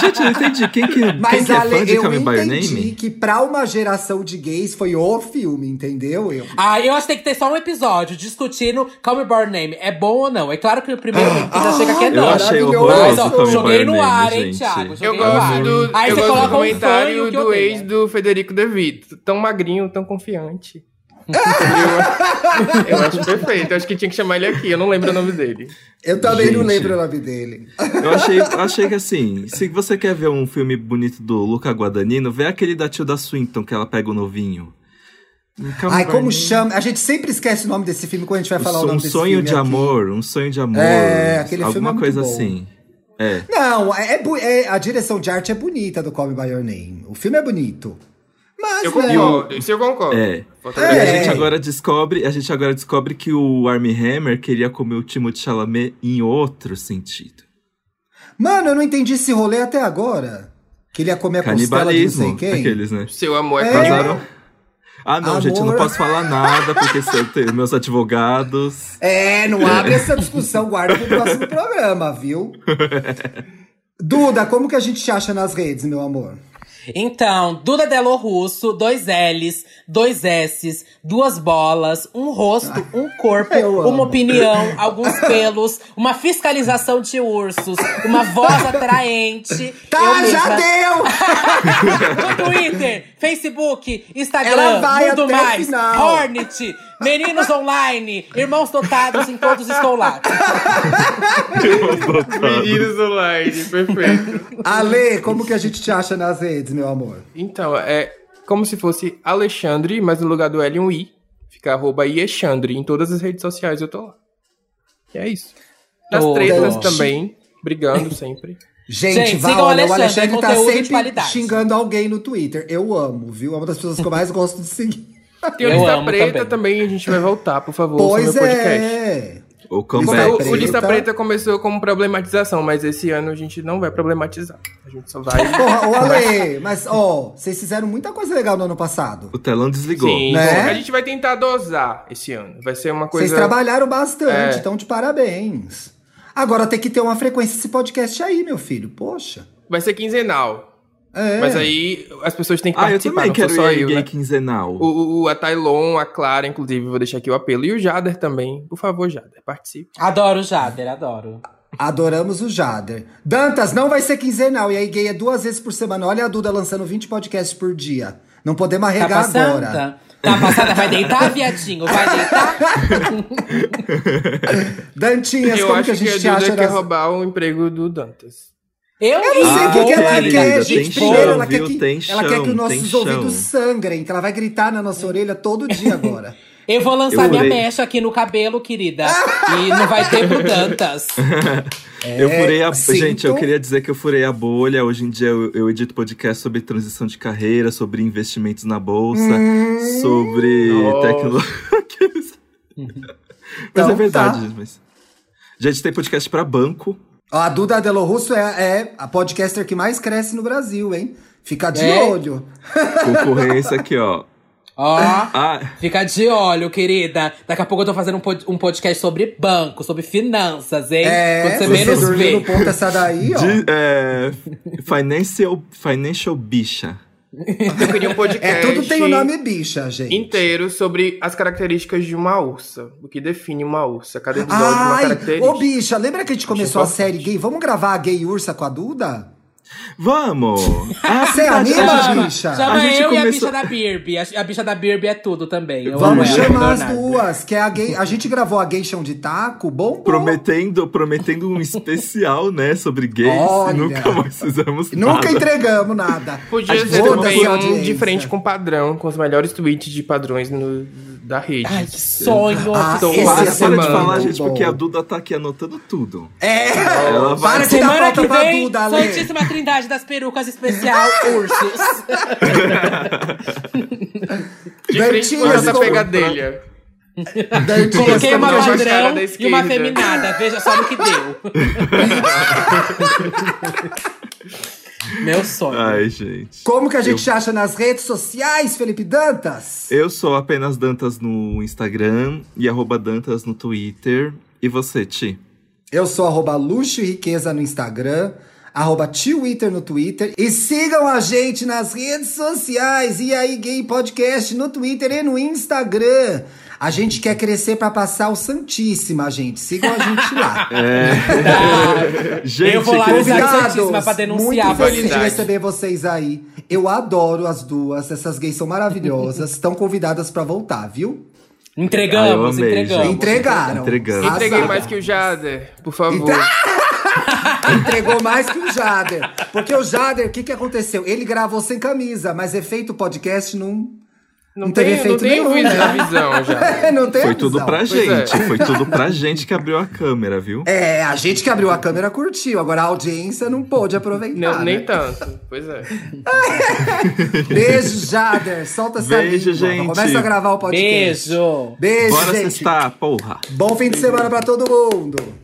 Gente, eu não entendi. Quem que, quem Mas que é Ale, fã de eu Call Me By Your entendi Name? que pra uma geração de gays foi o filme, entendeu? Eu. Ah, eu acho que tem que ter só um episódio discutindo Call Me By Your Name. É bom ou não? É claro que o primeiro que já chega que é Ah, Eu não. achei Maravilhoso. Mas, horroroso ó, o Call Me By joguei Your no ar, Name, hein, gente. Thiago? Eu Joguei no ar. gosto do, Aí eu você gosto do coloca um comentário fã e o que do odeia. ex do Federico De Vito. Tão magrinho, tão confiante. eu, acho, eu acho perfeito. Eu acho que tinha que chamar ele aqui. Eu não lembro o nome dele. Eu também não Gente. lembro o nome dele. Eu achei, eu achei que assim, se você quer ver um filme bonito do Luca Guadagnino, vê aquele da Tilda Swinton que ela pega o novinho. Call Me Ai, By como Your chama? A gente sempre esquece o nome desse filme quando a gente vai falar um o nome desse sonho filme de aqui. amor, um sonho de amor. É, aquele filme alguma é muito coisa bom. assim. É. Não, é, é bu- é- a direção de arte é bonita do Call Me By Your Name. O filme é bonito. Mas, Eu né, concordo. Isso eu concordo. É. É. E a gente Fotografia. agora descobre, a gente agora descobre que o Armie Hammer queria comer o Timothée Chalamet em outro sentido. Mano, eu não entendi esse rolê até agora. Que ele ia comer a costela É de não sei Canibalismo, quem. aqueles, né? Seu amor é, É. casado. Casaram. Ah, não, gente, eu não Amor. posso falar nada porque eu tenho meus advogados. É, não abre essa discussão, guarda pro próximo programa, viu? Duda, como que a gente te acha nas redes, meu amor? Então, Duda Delo Russo, dois L's, dois S's, duas bolas, um rosto, um corpo, Eu amo. uma opinião, alguns pelos, uma fiscalização de ursos, uma voz atraente. Tá, eu já mesma. deu! No Twitter, Facebook, Instagram, Ela vai até Mundo o Mais, final. Hornet, Meninos Online, Irmãos Dotados, em todos estou lá. Meninos online. Perfeito. Ale, como que a gente te acha nas redes, meu amor? Então, é como se fosse Alexandre, mas no lugar do L, um I. Fica arroba Iexandre. Em todas as redes sociais eu tô lá. E é isso. Nas Boa. tretas Gente. também. Brigando sempre. Gente, Gente, vai, sigam o olha, o Alexandre, é Alexandre tá conteúdo de sempre qualidade. xingando alguém no Twitter. Eu amo, viu? É uma das pessoas que eu mais gosto de seguir. Tem o Eu Lista amo Preta também. também. A gente vai voltar, por favor, pois sobre o podcast. é. O Come- comeback. o, o Lista Preta. Preta começou como problematização, mas esse ano a gente não vai problematizar. A gente só vai. Porra, ô Ale, mas ó, vocês fizeram muita coisa legal no ano passado. O telão desligou. Ah, Sim, Né? a gente vai tentar dosar esse ano. Vai ser uma coisa. Vocês trabalharam bastante, É. então de parabéns. Agora tem que ter uma frequência esse podcast aí, meu filho. Poxa. Vai ser quinzenal. É. Mas aí as pessoas têm que Ah, eu participar, também não sou quero só ir eu. gay Né? quinzenal. O, o- o- a Tailon, a Clara, inclusive, vou deixar aqui o apelo. E o Jader também. Por favor, Jader, participe. Adoro o Jader, adoro. Tá Adoramos o Jader. Dantas, não vai ser quinzenal. E aí, gay é duas vezes por semana. Olha a Duda lançando 20 podcasts por dia. Não podemos Tá arregar passada? agora. Tá passada? Vai deitar, viadinho? Vai deitar? Dantinhas, eu como acho que a gente te a Duda acha? quer nas- roubar o emprego do Dantas. Eu, Eu não sei Ah, o que, que ela querida, quer, tem gente. chão, Primeiro, ela, viu? quer, que, Tem ela quer chão, que os tem nossos chão. ouvidos sangrem, que ela vai gritar na nossa orelha todo dia agora. Eu vou lançar Eu minha orei. mecha aqui no cabelo, querida. e não vai ter pro Dantas. eu furei a sinto. Gente, eu queria dizer que eu furei a bolha. Hoje em dia eu, eu edito podcast sobre transição de carreira, sobre investimentos na bolsa, sobre Nossa. tecnologia. mas Então é verdade. Mas... Gente, tem podcast pra banco. Ó, a Duda Delo Russo é, é a podcaster que mais cresce no Brasil, hein? Fica de É? olho. Concorrência aqui, ó. Ó, Ah, fica de olho, querida. Daqui a pouco eu tô fazendo um, pod- um podcast sobre banco, sobre finanças, hein? Quando você menos É, dormiu vê. no ponto essa daí, ó. de- é, financial, financial Bicha. Eu queria um É, podcast. tudo tem o nome bicha, gente. inteiro sobre as características de uma ursa. O que define uma ursa. Cada episódio uma Ai, característica. Tipo assim. ô bicha, lembra que a gente começou a Acho importante. série gay? Vamos gravar a gay ursa com a Duda? Vamos! Ah, Você verdade, anima, a gente- bicha? Chama A gente eu e a começou- bicha da Birby. A, a bicha da Birby é tudo também. Eu Vamos amo ela, chamar as Leonardo. duas, que é a gay. A gente gravou a gay chão de taco, bom? bom. Prometendo, prometendo um especial, né, sobre gays. Olha. E nunca mais fizemos Nunca nada. entregamos nada. Podia Mas ser foda-se também a um audiência. de frente com padrão, com os melhores tweets de padrões no- da rede. Ai, que sonho. Ah, que esse Para, Essa para sonho. de semana, falar, gente, bom. porque a Duda tá aqui anotando tudo. É, Ela vai- para de dar Semana falta que pra vem, Duda, Ale. Santíssima Trindade das Perucas Especial Ursos. De frente com Dantinhas, essa como- pegadelha. é Dantinhas, Coloquei como uma que a Essa gente- mulher com a cara padrão da e uma esquerda. feminada. Veja só no que deu. Meu sonho. Ai, gente. como que a gente te acha nas redes sociais, Felipe Dantas? Eu sou apenas Dantas no Instagram e arroba Dantas no Twitter. E você, Ti? Eu sou arroba luxo e riqueza no Instagram, arroba Twitter no Twitter. E sigam a gente nas redes sociais. E aí, Gay Podcast no Twitter e no Instagram. A gente quer crescer pra passar o Santíssima, gente. Sigam a gente lá. É. Tá. gente, Eu vou lá queria- avisar a Convidados, Santíssima pra denunciar Muito feliz de vocês. receber vocês aí. Eu adoro as duas. Essas gays são maravilhosas. Estão convidadas pra voltar, viu? Ah, eu Entregamos, amei, entregamos. gente. Entregaram. Entregamos. Arrasaram. Entreguei mais que o Jader, por favor. Então- Entregou mais que o Jader. Porque o Jader, o que, que aconteceu? Ele gravou sem camisa, mas efeito podcast não. Não, não teve tem, não efeito tem nenhum, visão, né? visão já. É, não tem Foi visão. tudo pra Pois é. gente. Foi tudo pra gente que abriu a câmera, viu? É, a gente que abriu a câmera curtiu, agora a audiência não pôde aproveitar. Não, né? nem tanto. Pois é. Beijo, Jader. Solta essa Beijo, língua. gente. Começa a gravar o podcast. Beijo. Beijo, Bora gente. cestar, porra. Bom fim de semana pra todo mundo.